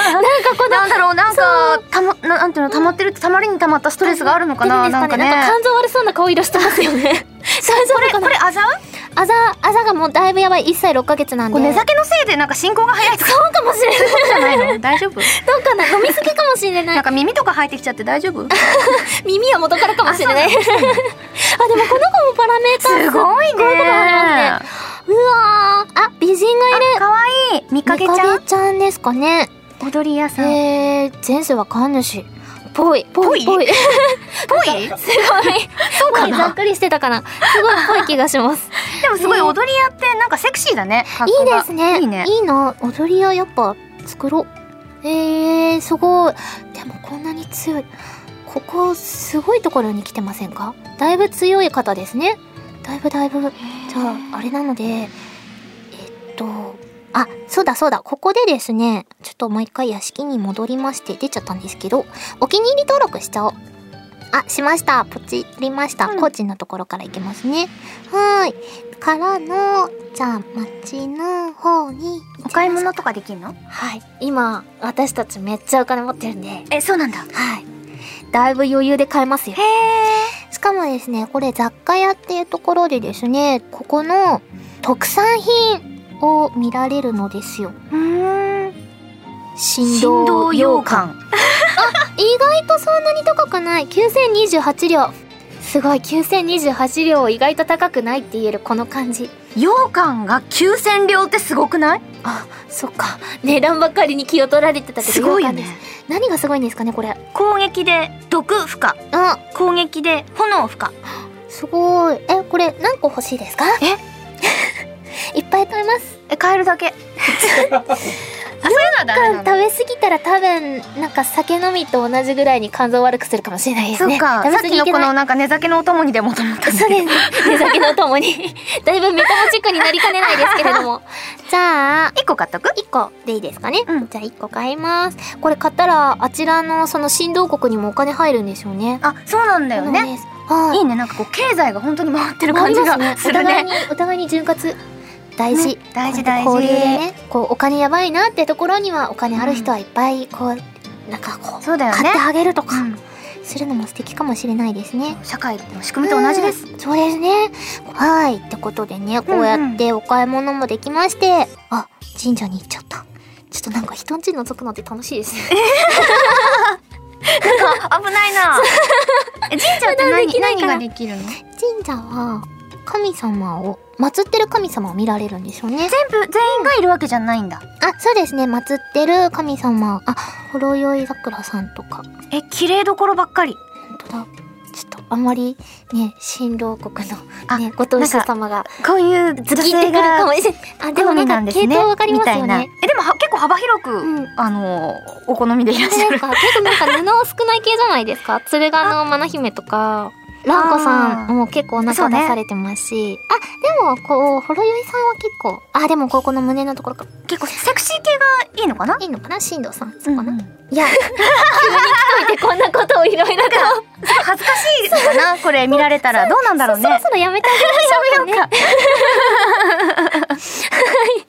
[SPEAKER 1] この
[SPEAKER 2] なんだろう、なんか、たま、ななんていうの、溜まってるって、溜まりに溜まったストレスがあるの かな、なんかね。
[SPEAKER 1] なんか肝臓悪そうな顔色してますよ ね大丈夫か
[SPEAKER 2] こ
[SPEAKER 1] な
[SPEAKER 2] れ、あざ
[SPEAKER 1] あざあざがもうだいぶやばい1歳6ヶ月なん
[SPEAKER 2] こ
[SPEAKER 1] で
[SPEAKER 2] れ、寝酒のせいで、なんか進行が早いとか、
[SPEAKER 1] そうかもしれない
[SPEAKER 2] じゃないの大丈夫
[SPEAKER 1] どうかな飲みすぎかもしれない
[SPEAKER 2] なんか耳とか生えてきちゃって大丈 夫す
[SPEAKER 1] 耳は元からかもしれ ない。あ、でもこの子もパラメーター。
[SPEAKER 2] ごい
[SPEAKER 1] こうい
[SPEAKER 2] ね。
[SPEAKER 1] うことありますね。うわー。あ、美人がいる。
[SPEAKER 2] かわいい。みかげちゃん
[SPEAKER 1] みちゃんですかね。
[SPEAKER 2] 踊り屋さん。
[SPEAKER 1] えー、前世は神主。ぽい。ぽい。
[SPEAKER 2] ぽ
[SPEAKER 1] ぽい。す
[SPEAKER 2] ぽい
[SPEAKER 1] ごい。
[SPEAKER 2] そうか
[SPEAKER 1] ぽい。ざ
[SPEAKER 2] な
[SPEAKER 1] っくりしてたかな。すごいぽい気がします。
[SPEAKER 2] でもすごい踊り屋ってなんかセクシーだね。格
[SPEAKER 1] い
[SPEAKER 2] 好
[SPEAKER 1] い
[SPEAKER 2] が
[SPEAKER 1] ですね。
[SPEAKER 2] いいね。
[SPEAKER 1] いいな。踊り屋やっぱ作ろう。えー、すごい。でもこんなに強い。ここ、すごいところに来てませんかだいぶ強い方ですね。だいぶだいぶ。じゃあ、あれなので、えっと、あ、そうだそうだ、ここでですね、ちょっともう一回屋敷に戻りまして、出ちゃったんですけど、お気に入り登録しちゃおう。あ、しました。ポチりました。コーチのところから行けますね。はーい。からの、じゃあ、町の方に。
[SPEAKER 2] お買い物とかできるの？
[SPEAKER 1] はい。今、私たちめっちゃお金持ってるんで、はい。
[SPEAKER 2] え、そうなんだ。
[SPEAKER 1] だいぶ余裕で買えますよ。
[SPEAKER 2] へえ。
[SPEAKER 1] しかもですね、これ雑貨屋っていうところでですね、ここの特産品を見られるのですよ。
[SPEAKER 2] うーん。
[SPEAKER 1] 振
[SPEAKER 2] 振動
[SPEAKER 1] 動
[SPEAKER 2] 羊
[SPEAKER 1] 羊羹。
[SPEAKER 2] 羹。
[SPEAKER 1] 意外とそんなに高くない。9028両。すごい、9028両意外と高くないって言えるこの感じ。
[SPEAKER 2] 羊羹が九千両ってすごくない？
[SPEAKER 1] あ、そっか。値段ばっかりに気を取られてたけど、
[SPEAKER 2] すごいよ
[SPEAKER 1] 羊
[SPEAKER 2] ね
[SPEAKER 1] 羹。です。何がすごいんですかね、これ。
[SPEAKER 2] 攻撃で毒負荷、
[SPEAKER 1] あ、
[SPEAKER 2] 攻撃で炎負荷。
[SPEAKER 1] すごい。え、これ何個欲しい ですかえいっぱい買います。
[SPEAKER 2] え、買えるだけ。
[SPEAKER 4] あ、そういう のはダメな
[SPEAKER 1] 間
[SPEAKER 4] んだ。
[SPEAKER 1] 食べ過ぎたら多分なんか酒飲みと同じぐらいに肝臓悪くするかもしれないです
[SPEAKER 4] そ
[SPEAKER 1] ね
[SPEAKER 4] っか、
[SPEAKER 1] 食べ
[SPEAKER 4] さっ
[SPEAKER 1] 過ぎ
[SPEAKER 4] き
[SPEAKER 1] い
[SPEAKER 4] の
[SPEAKER 1] け
[SPEAKER 4] こ
[SPEAKER 1] ない
[SPEAKER 4] のなんか寝酒のお供にでもと思ったんだ
[SPEAKER 1] そう
[SPEAKER 4] けど
[SPEAKER 1] ですね。寝酒のともに。 だいぶメタモチックになりかねないですけれど も。じゃあ、
[SPEAKER 4] 一個買っとく
[SPEAKER 1] 1個でいいですかね。
[SPEAKER 4] うん
[SPEAKER 1] じゃあ1個買います。これ買ったら、あちらのその振動国にもお金入るんでしょうね。
[SPEAKER 4] あ、そうなんだよ
[SPEAKER 1] そう
[SPEAKER 4] ね。
[SPEAKER 1] です。はいい。
[SPEAKER 4] いね、なんかこう経済が本当に回ってる感じ
[SPEAKER 1] 回りま
[SPEAKER 4] がする
[SPEAKER 1] お互い
[SPEAKER 4] ね。
[SPEAKER 1] に、お互いに潤滑。大事、
[SPEAKER 4] ね大事大事
[SPEAKER 1] 交流でねこうお金やばいなってところにはお金ある人はいっぱいこう、なんかこう
[SPEAKER 4] そうだよ
[SPEAKER 1] 買
[SPEAKER 4] ね
[SPEAKER 1] って。あげると
[SPEAKER 4] う
[SPEAKER 1] か
[SPEAKER 4] ん
[SPEAKER 1] するのも素敵かもしれないですね。
[SPEAKER 4] 社会の仕組みと同じです。
[SPEAKER 1] うん。そうですね。はい。ってことでね、こうやってお買い物もできまして、あ、神社に行っちゃった。ちょっとなんか人んち覗くのって楽しいですね。
[SPEAKER 4] あ 危ないな。え神社って
[SPEAKER 1] 普段で
[SPEAKER 4] 何
[SPEAKER 1] きない
[SPEAKER 4] 何
[SPEAKER 1] から
[SPEAKER 4] ができるの？全
[SPEAKER 1] 神社は神様を祀ってる神様を見られるんですよね。
[SPEAKER 4] 部全員がいるわけじゃないんだ。
[SPEAKER 1] あ、そうですね。祀ってる神様、あ、ほろ酔い桜さんとか。
[SPEAKER 4] え綺麗どころばっかり。
[SPEAKER 1] 本当だ。ちょっとあんまりね、新郎国
[SPEAKER 4] あ
[SPEAKER 1] のね、ご当主様が
[SPEAKER 4] こういう
[SPEAKER 1] ズ
[SPEAKER 4] 女
[SPEAKER 1] キって
[SPEAKER 4] 性
[SPEAKER 1] くるか
[SPEAKER 4] が
[SPEAKER 1] もしれない。あ、で
[SPEAKER 4] 好
[SPEAKER 1] も
[SPEAKER 4] み
[SPEAKER 1] な
[SPEAKER 4] なん
[SPEAKER 1] ん
[SPEAKER 4] で
[SPEAKER 1] か
[SPEAKER 4] す
[SPEAKER 1] 系
[SPEAKER 4] ね。
[SPEAKER 1] 統わかりま
[SPEAKER 4] み
[SPEAKER 1] す
[SPEAKER 4] た
[SPEAKER 1] よ
[SPEAKER 4] いな
[SPEAKER 1] ね
[SPEAKER 4] え。でもは結構幅広く、
[SPEAKER 1] うん
[SPEAKER 4] あのお好みでいらっしゃ
[SPEAKER 1] なん
[SPEAKER 4] る。
[SPEAKER 1] か結構なんか布少ない系じゃないですか鶴ヶの愛姫とか蘭子さんも結構お
[SPEAKER 4] そう
[SPEAKER 1] 腹出
[SPEAKER 4] ね
[SPEAKER 1] されてますし、あでもこうほろ酔いさんは結構あでもここの胸のところが
[SPEAKER 4] 結構セクシー系がいいのかな？
[SPEAKER 1] いいのかな進藤さんそうかな、
[SPEAKER 4] うん
[SPEAKER 1] いや急に来といてこんなことをいろいろと
[SPEAKER 4] 恥ずかしいのかなこれ見られたらどうなんだろう
[SPEAKER 1] そろ
[SPEAKER 4] ね。
[SPEAKER 1] そろやめてあげましょうかねはい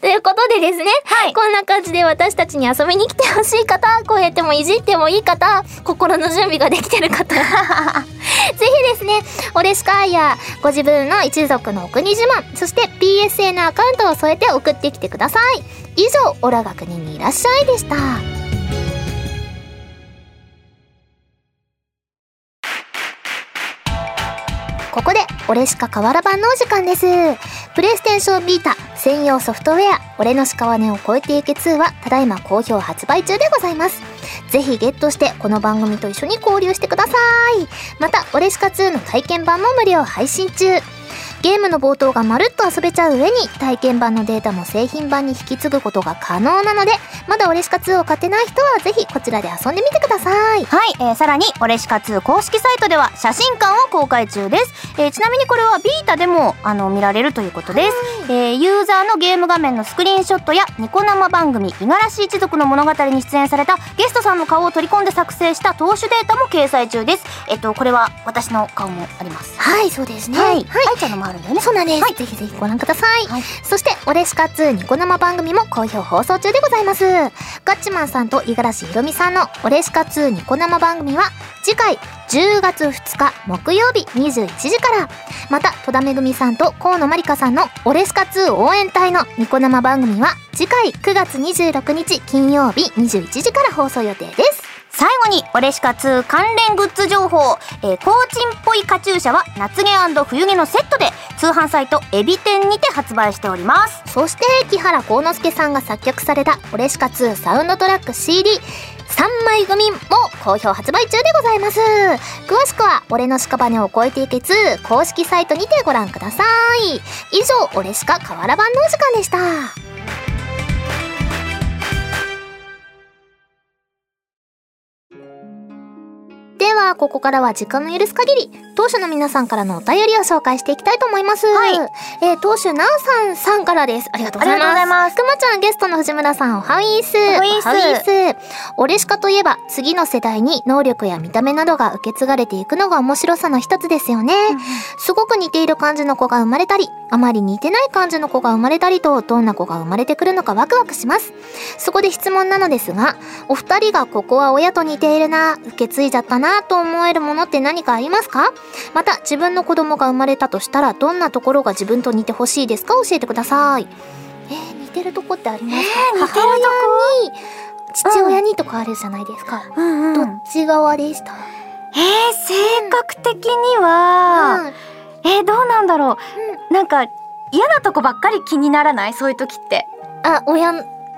[SPEAKER 1] ということでですね
[SPEAKER 4] はい。
[SPEAKER 1] こんな感じで私たちに遊びに来てほしい方、こうやってもいじってもいい方、心の準備ができてる方。ぜ ひですね、オレシカーやご自分の一族のお国自慢、そして PSN アカウントを添えて送ってきてください。以上、オラが国にいらっしゃいでした。ここで、俺しか河原版のお時間です。プレイステーションビータ専用ソフトウェア、俺の屍を超えていけ2は、ただいま好評発売中でございます。ぜひゲットして、この番組と一緒に交流してください。また、俺しか2の体験版も無料配信中。ゲームの冒頭がまるっと遊べちゃう上に、体験版のデータも製品版に引き継ぐことが可能なので、まだ俺しか2を買ってない人は、ぜひこちらで遊んでみてください。
[SPEAKER 2] はい、えーさらに、オレシカ2公式サイトでは写真館を公開中です。えーちなみにこれはビータでも、あの、見られるということです。えーユーザーのゲーム画面のスクリーンショットや、ニコ生番組、五十嵐一族の物語に出演されたゲストさんの顔を取り込んで作成した投手データも掲載中です。えっと、これは私の顔もあります。
[SPEAKER 1] はい、そうですね。
[SPEAKER 2] はい。愛ちゃんのもあるんだよね。
[SPEAKER 1] そうなんです、ぜひぜひご覧ください、
[SPEAKER 2] はい
[SPEAKER 1] そして「オレシカ2」ニコ生番組も好評放送中でございますガッチマンさんと五十嵐ひろみさんの「オレシカ2」ニコ生番組は次回10月2日木曜日21時からまた戸田恵美さんと河野まりかさんの「オレシカ2」応援隊のニコ生番組は次回9月26日金曜日21時から放送予定です
[SPEAKER 2] 最後に、オレシカ2関連グッズ情報。えー、コーチンっぽいカチューシャは夏毛冬毛のセットで、通販サイトエビ天にて発売しております。
[SPEAKER 1] そして木原幸之助さんが作曲された「オレシカ2サウンドトラック CD」3枚組も好評発売中でございます詳しくは「俺の屍を超えていけ2」公式サイトにてご覧ください以上「俺しか河原版」のお時間でしたではここからは時間の許す限り当初の皆さんからのお便りを紹介していきたいと思います、
[SPEAKER 2] はい
[SPEAKER 1] えー、当主なおさんさんからです。ありがとうございます。
[SPEAKER 2] ありがとうございます
[SPEAKER 1] くまちゃんゲストの藤村さん、おはいーす。お
[SPEAKER 2] はイーす
[SPEAKER 1] はイーす。オレシカといえば、次の世代に能力や見た目などが受け継がれていくのが面白さの一つですよね。すごく似ている感じの子が生まれたり、あまり似てない感じの子が生まれたりと、どんな子が生まれてくるのかワクワクします。そこで質問なのですが、お二人がここは親と似ているな、受け継いじゃったなと思えるものって何かありますかまた自分の子供が生まれたとしたらどんなところが自分と似てほしいですか教えてください。えー、似てるとこってありますか、似てるとこ父親にとかあるじゃないですか。
[SPEAKER 2] うん
[SPEAKER 1] どっち側でした、
[SPEAKER 2] えー、性格的には、
[SPEAKER 1] うん
[SPEAKER 2] えー、どうなんだろう、なんか嫌なとこばっかり気にならないそういう時って。
[SPEAKER 1] あ、親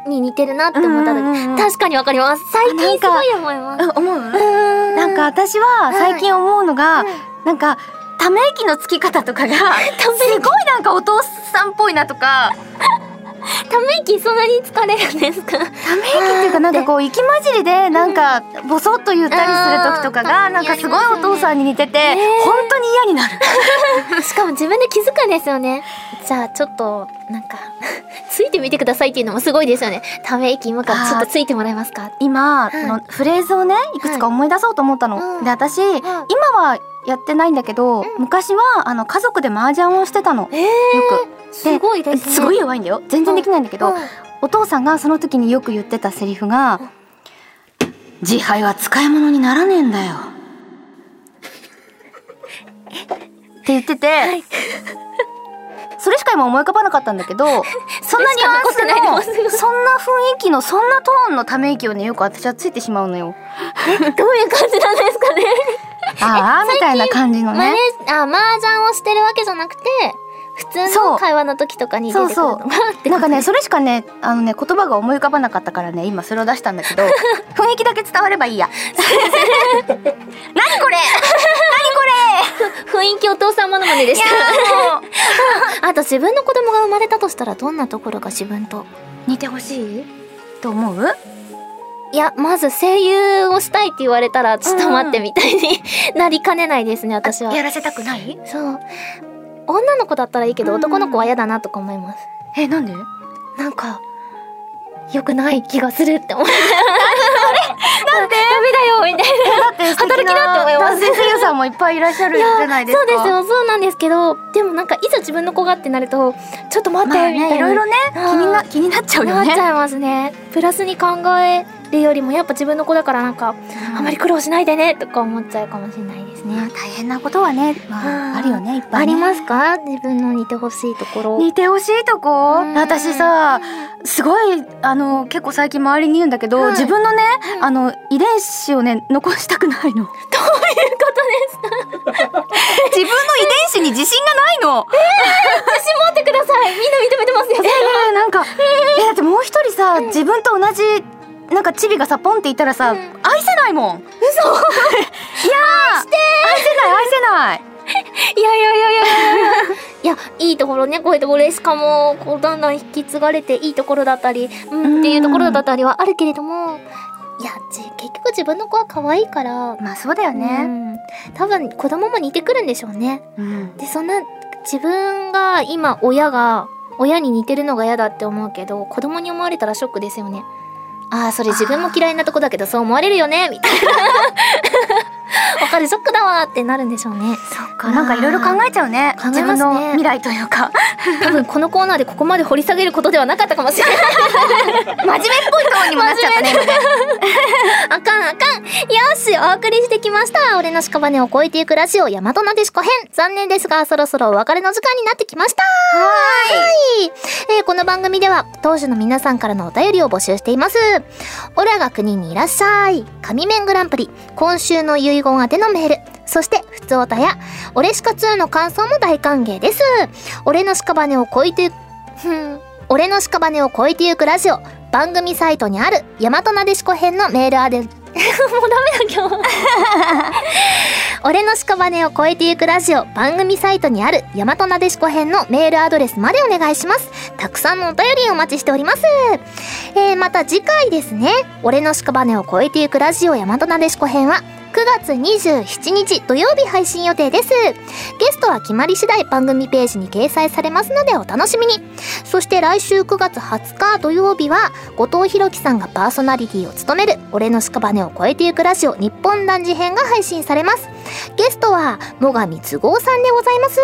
[SPEAKER 1] に似てるなって思った時、
[SPEAKER 2] うんうんうん
[SPEAKER 1] 確かにわかります。最
[SPEAKER 2] な
[SPEAKER 1] 近
[SPEAKER 2] ん
[SPEAKER 1] す
[SPEAKER 2] か
[SPEAKER 1] ごい思います。
[SPEAKER 2] 思う
[SPEAKER 1] な
[SPEAKER 2] なんか、私は最近思うのが、
[SPEAKER 1] うん
[SPEAKER 2] なんか ため息のつき方とかがすごいなんかお父さんっぽいなとか
[SPEAKER 1] ため息そんなに疲れるんですか
[SPEAKER 2] ため息っていうかなんかこう息混じりでなんかボソッと言ったりする時とかが
[SPEAKER 1] うん
[SPEAKER 2] なんかすごいお父さんに似てて
[SPEAKER 1] ね
[SPEAKER 2] 本当に嫌になる
[SPEAKER 1] しかも自分で気づくんですよねじゃあちょっとなんか ついてみてくださいっていうのもすごいですよねため息今からちょっとついてもらえますか
[SPEAKER 2] 今こ
[SPEAKER 1] い
[SPEAKER 2] のフレーズをねいくつか思い出そうと思った
[SPEAKER 1] は
[SPEAKER 2] の
[SPEAKER 1] い
[SPEAKER 2] で私今
[SPEAKER 1] は
[SPEAKER 2] はやってないんだけど昔はあの家族で麻雀をしてたの
[SPEAKER 1] えー
[SPEAKER 2] よ
[SPEAKER 1] すごいで
[SPEAKER 2] く
[SPEAKER 1] すね
[SPEAKER 2] すごい弱いんだよ全然できないんだけど
[SPEAKER 1] うん
[SPEAKER 2] お父さんがその時によく言ってたセリフが「自敗は使い物にならねえんだよ」って言ってて、それしか今思い浮かばなかったんだけどそんなニュア
[SPEAKER 1] それしか残
[SPEAKER 2] ン
[SPEAKER 1] っ
[SPEAKER 2] ス
[SPEAKER 1] てない
[SPEAKER 2] のそんな雰囲気のそんなトーンのため息をねよく私はついてしまう のよ。
[SPEAKER 1] どういう感じなんですかね
[SPEAKER 2] ああみたいな感じの
[SPEAKER 1] マ
[SPEAKER 2] ね
[SPEAKER 1] ネ。あ麻雀をしてるわけじゃなくて普通
[SPEAKER 2] そ
[SPEAKER 1] の
[SPEAKER 2] う
[SPEAKER 1] 会話の時とかに出
[SPEAKER 2] そ
[SPEAKER 1] てく
[SPEAKER 2] う
[SPEAKER 1] るの
[SPEAKER 2] そう
[SPEAKER 1] がって
[SPEAKER 2] なんかねそれしかねあのね言葉が思い浮かばなかったからね今それを出したんだ けど雰囲気だけ伝わればいいや何これ
[SPEAKER 1] 雰囲気お父さんものまねでしたあと自分の子供が生まれたとしたらどんなところが自分と
[SPEAKER 2] 似てほしいと思う
[SPEAKER 1] いやまず声優をしたいって言われたらちょっと待ってみたいに なりかねないですね私は
[SPEAKER 2] やらせたくない
[SPEAKER 1] そう女の子だったらいいけど
[SPEAKER 2] うん
[SPEAKER 1] 男の子は嫌だなとか思います
[SPEAKER 2] えなんで
[SPEAKER 1] なんか良くない気がする って思うなんでダメだよみたいな
[SPEAKER 2] だって素敵
[SPEAKER 1] 働きだって思います
[SPEAKER 2] 男性声優さんもいっぱいいらっしゃるじゃないです
[SPEAKER 1] そ
[SPEAKER 2] か
[SPEAKER 1] うですよそうなんですけどでもなんかいざ自分の子がってなるとちょっと待って、
[SPEAKER 2] まあ
[SPEAKER 1] みたいな
[SPEAKER 2] ねいろいろね気
[SPEAKER 1] うん
[SPEAKER 2] にな気になっちゃう
[SPEAKER 1] な
[SPEAKER 2] よ
[SPEAKER 1] っち
[SPEAKER 2] ね
[SPEAKER 1] ゃいますねプラスに考えるよりもやっぱ自分の子だからなんか、あまり苦労しないでねとか思っちゃうかもしれないです
[SPEAKER 2] まあ
[SPEAKER 1] ね、
[SPEAKER 2] 大変なことはねま
[SPEAKER 1] うん
[SPEAKER 2] ああるよねいっぱ
[SPEAKER 1] あ
[SPEAKER 2] いね
[SPEAKER 1] りますか自分の似てほしいところ
[SPEAKER 2] 似てほしいとこ
[SPEAKER 1] うん
[SPEAKER 2] 私さすごいあの結構最近周りに言うんだけど、
[SPEAKER 1] はい
[SPEAKER 2] 自分のね、あの遺伝子をね残したくないの 自分の遺伝子に自信がない の
[SPEAKER 1] 持ってくださいみんな認めてますよ
[SPEAKER 2] えー、なんかえーだってもう一人さ、自分と同じなんかチビがさポンっていたらさ、
[SPEAKER 1] うん
[SPEAKER 2] 愛せないもん嘘 いやー愛せない愛せない
[SPEAKER 1] いやいやいやいやいやいやいいところねこういうところしかもこうだんだん引き継がれていいところだったり、うん、っていうところだったりはあるけれどもいやじ結局自分の子は可愛いから、
[SPEAKER 2] まあそうだよ
[SPEAKER 1] う
[SPEAKER 2] ね、
[SPEAKER 1] ん、多分子供も似てくるんでしょうね
[SPEAKER 2] うん
[SPEAKER 1] でそんな自分が今親が親に似てるのが嫌だって思うけど子供に思われたらショックですよねああそれ自分も嫌いなとこだけどそう思われるよねみたいなわかるショックだわーってなるんでしょうね
[SPEAKER 2] そっかなんかいろいろ考えちゃうね
[SPEAKER 1] 考えますね
[SPEAKER 2] 自分の未来という か
[SPEAKER 1] 多分このコーナーでここまで掘り下げることではなかったかもしれない
[SPEAKER 2] 真面目っぽい顔にもなっちゃったね今ね
[SPEAKER 1] あかんあかんよしお送りしてきました俺の屍を越えていくラジオ大和なでしこ編残念ですがそろそろお別れの時間になってきましたはいえーこの番組では当時の皆さんからのお便りを募集していますオラが国にいらっしゃい神面グランプリ今週の遺言宛てのメールそして、ふつおたや、俺しか2の感想も大歓迎です。俺の屍を越えていく、ふん俺の屍を越えてゆくラジオ番組サイトにある大和なでしこ編のメールアドレスもうダメだ今日俺の屍を越えてゆくラジオ番組サイトにある大和なでしこ編のメールアドレスまでお願いしますたくさんのお便りお待ちしております、えー、また次回ですね俺の屍を越えてゆくラジオ大和なでしこ編は9月27日土曜日配信予定ですゲストは決まり次第番組ページに掲載されますのでお楽しみにそして来週9月20日土曜日は後藤弘樹さんがパーソナリティを務める「俺の屍を越えてゆくラジオ日本男児編」が配信されますゲストは最上都合さんでございます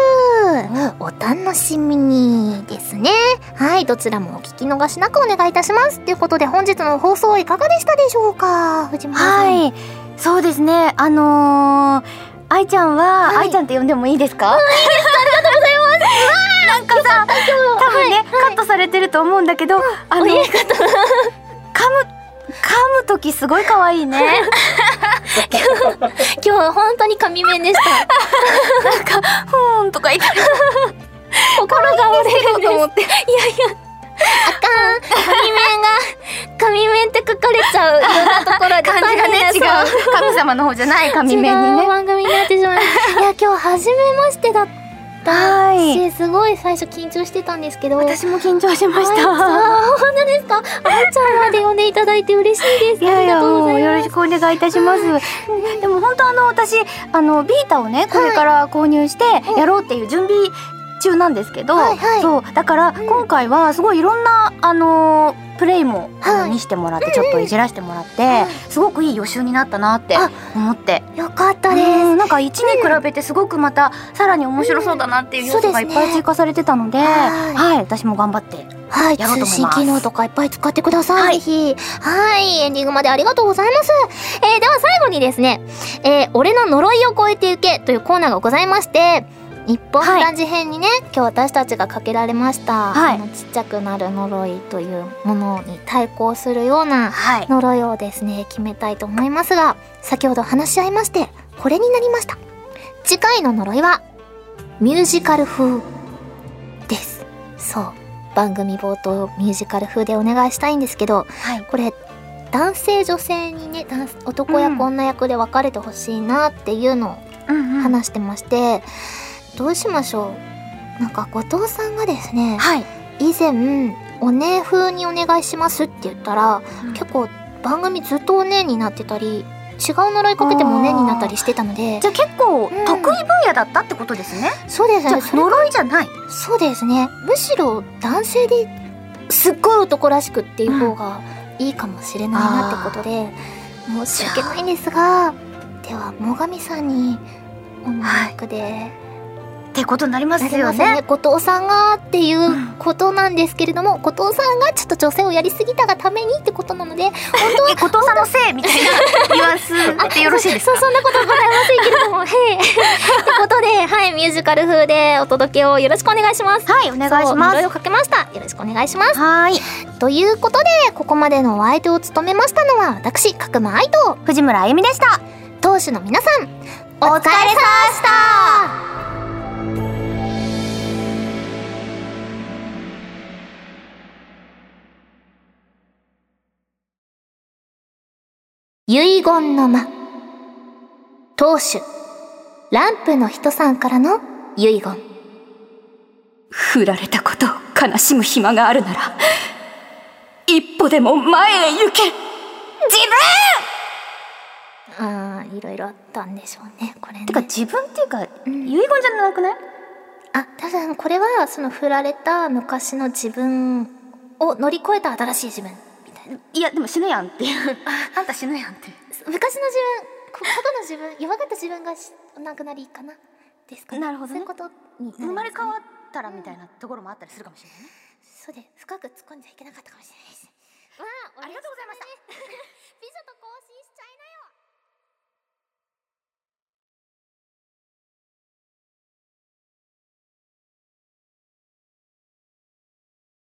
[SPEAKER 1] お楽しみにですねはいどちらもお聞き逃しなくお願いいたしますということで本日の放送はいかがでしたでしょうか藤村さん
[SPEAKER 2] はい、そうですね。あのー、愛ちゃんは、
[SPEAKER 1] はい
[SPEAKER 2] 愛ちゃんって呼んでもいいですか？いいです。ありがとうございます。なんかさ、多分ね、カットされてると思うんだけど、あの、噛む噛む時すごい可愛いね。
[SPEAKER 1] 今日は本当に神面でした
[SPEAKER 2] ふーんとか言って
[SPEAKER 1] 心が折れるんです
[SPEAKER 2] 思 って。
[SPEAKER 1] 神面が神面って書かれちゃういろんなところで
[SPEAKER 2] 感じがね違う。神様の方じゃない
[SPEAKER 1] 神
[SPEAKER 2] 神面
[SPEAKER 1] 面
[SPEAKER 2] に
[SPEAKER 1] にね
[SPEAKER 2] ね。
[SPEAKER 1] 番組になってしまいましたいや今日初めましてだした。
[SPEAKER 2] はい
[SPEAKER 1] 私すごい最初緊張してたんですけど。
[SPEAKER 2] 私も緊張しま
[SPEAKER 1] はい
[SPEAKER 2] し
[SPEAKER 1] そう
[SPEAKER 2] た。
[SPEAKER 1] 本当ですか。あーちゃんまで呼んでいただいて嬉しいです。
[SPEAKER 2] いやい
[SPEAKER 1] ありが
[SPEAKER 2] や、
[SPEAKER 1] とうご
[SPEAKER 2] も
[SPEAKER 1] ざ
[SPEAKER 2] う
[SPEAKER 1] い
[SPEAKER 2] よ
[SPEAKER 1] ま
[SPEAKER 2] ろ
[SPEAKER 1] す
[SPEAKER 2] し。くお願いいたします。でも本当あの、私、あの、ビータをね、これから購入して、やろうっていう準備中なんですけど、
[SPEAKER 5] はいはい
[SPEAKER 2] そう、だから、今回は、すごいいろんな、あの、プレイも、
[SPEAKER 5] はい
[SPEAKER 2] にしてもらって、ちょっといじらしてもらって、すごくいい予習になったなって
[SPEAKER 5] あ
[SPEAKER 2] 思って。
[SPEAKER 5] よかったです。
[SPEAKER 2] うんなんか1に比べてすごくまたさらに面白そうだなっていう要素がいっぱい追加されてたので、
[SPEAKER 5] はい
[SPEAKER 2] はい、私も頑張って
[SPEAKER 5] はい、
[SPEAKER 2] やろうと
[SPEAKER 5] 通
[SPEAKER 2] 思い
[SPEAKER 5] 信
[SPEAKER 2] ます
[SPEAKER 5] 機能とかいっぱい使ってください。
[SPEAKER 1] はい、ぜひ。はい、エンディングまでありがとうございます。えーでは最後にですね、えー俺の呪いを超えてゆけというコーナーがございまして、日本
[SPEAKER 2] はい
[SPEAKER 1] ラジ編にね、今日私たちがかけられました、
[SPEAKER 2] はい
[SPEAKER 1] あのちっちゃくなる呪いというものに対抗するような
[SPEAKER 2] はい
[SPEAKER 1] 呪いをですね、決めたいと思いますが、先ほど話し合いまして、これになりました。次回の呪いは、ミュージカル風です。そう。番組冒頭ミュージカル風でお願いしたいんですけど、
[SPEAKER 2] はい
[SPEAKER 1] これ男性女性にね男男
[SPEAKER 2] うん
[SPEAKER 1] 役女役で分かれてほしいなっていうのを
[SPEAKER 2] 話
[SPEAKER 1] 話してまして、どうしましょうなんか後藤さんがですね
[SPEAKER 2] はい
[SPEAKER 1] 以前お姉風にお願いしますって言ったら、
[SPEAKER 2] うん
[SPEAKER 1] 結構番組ずっとお姉になってたり違う呪いかけてもお姉になったりしてたので
[SPEAKER 2] じゃあ結構
[SPEAKER 1] うん
[SPEAKER 2] 得意分野だったってことですね、
[SPEAKER 1] そうです
[SPEAKER 2] じゃ
[SPEAKER 1] ね
[SPEAKER 2] あ
[SPEAKER 1] それ
[SPEAKER 2] 呪いじゃない
[SPEAKER 1] そうですねむしろ男性ですっごい男らしくっていう方がいいかもしれないなってことで、申し訳ないんですがでは最上さんに女役で、
[SPEAKER 2] ってことになりま
[SPEAKER 1] な
[SPEAKER 2] す
[SPEAKER 1] り
[SPEAKER 2] よ
[SPEAKER 1] ます
[SPEAKER 2] ね
[SPEAKER 1] ね後藤さんがっていうことなんですけれども、後藤さんがちょっと女性をやりすぎたがためにってことなので
[SPEAKER 2] え後藤さんのせいみたいなニュアンスってよろしいです
[SPEAKER 1] そうそんなことございませんけれどもはい ってことではいミュージカル風でお届けをよろしくお願いします。
[SPEAKER 2] はいお願いしま
[SPEAKER 1] そう呪
[SPEAKER 2] す
[SPEAKER 1] をかけましたよろしくお願いします
[SPEAKER 2] はい
[SPEAKER 1] ということでここまでのお相手を務めましたのは私角間愛と
[SPEAKER 2] 藤村あゆみでした
[SPEAKER 1] 当主の皆さん
[SPEAKER 5] お疲れ様でした。
[SPEAKER 1] 遺言の間当主ランプの人さんからの遺言
[SPEAKER 6] 振られたことを悲しむ暇があるなら一歩でも前へ行け
[SPEAKER 1] あーいろいろあったんでしょうねこれね
[SPEAKER 2] てか自分っていうか遺言じゃなくない
[SPEAKER 1] あただこれはその振られた昔の自分を乗り越えた新しい自分
[SPEAKER 2] いやでも死ぬやんっていうあんた死ぬやんっていう
[SPEAKER 1] 昔の自分こ過去の自分弱かった自分がしお亡くなりかなですかね
[SPEAKER 2] なるほど
[SPEAKER 1] そ
[SPEAKER 2] ね
[SPEAKER 1] ういうことになるんですね
[SPEAKER 2] 生まれ変わったらみたいなところもあったりするかもしれないね
[SPEAKER 1] そうで深く突っ込んじゃいけなかったかもしれないです。わあ、ありがとうございます。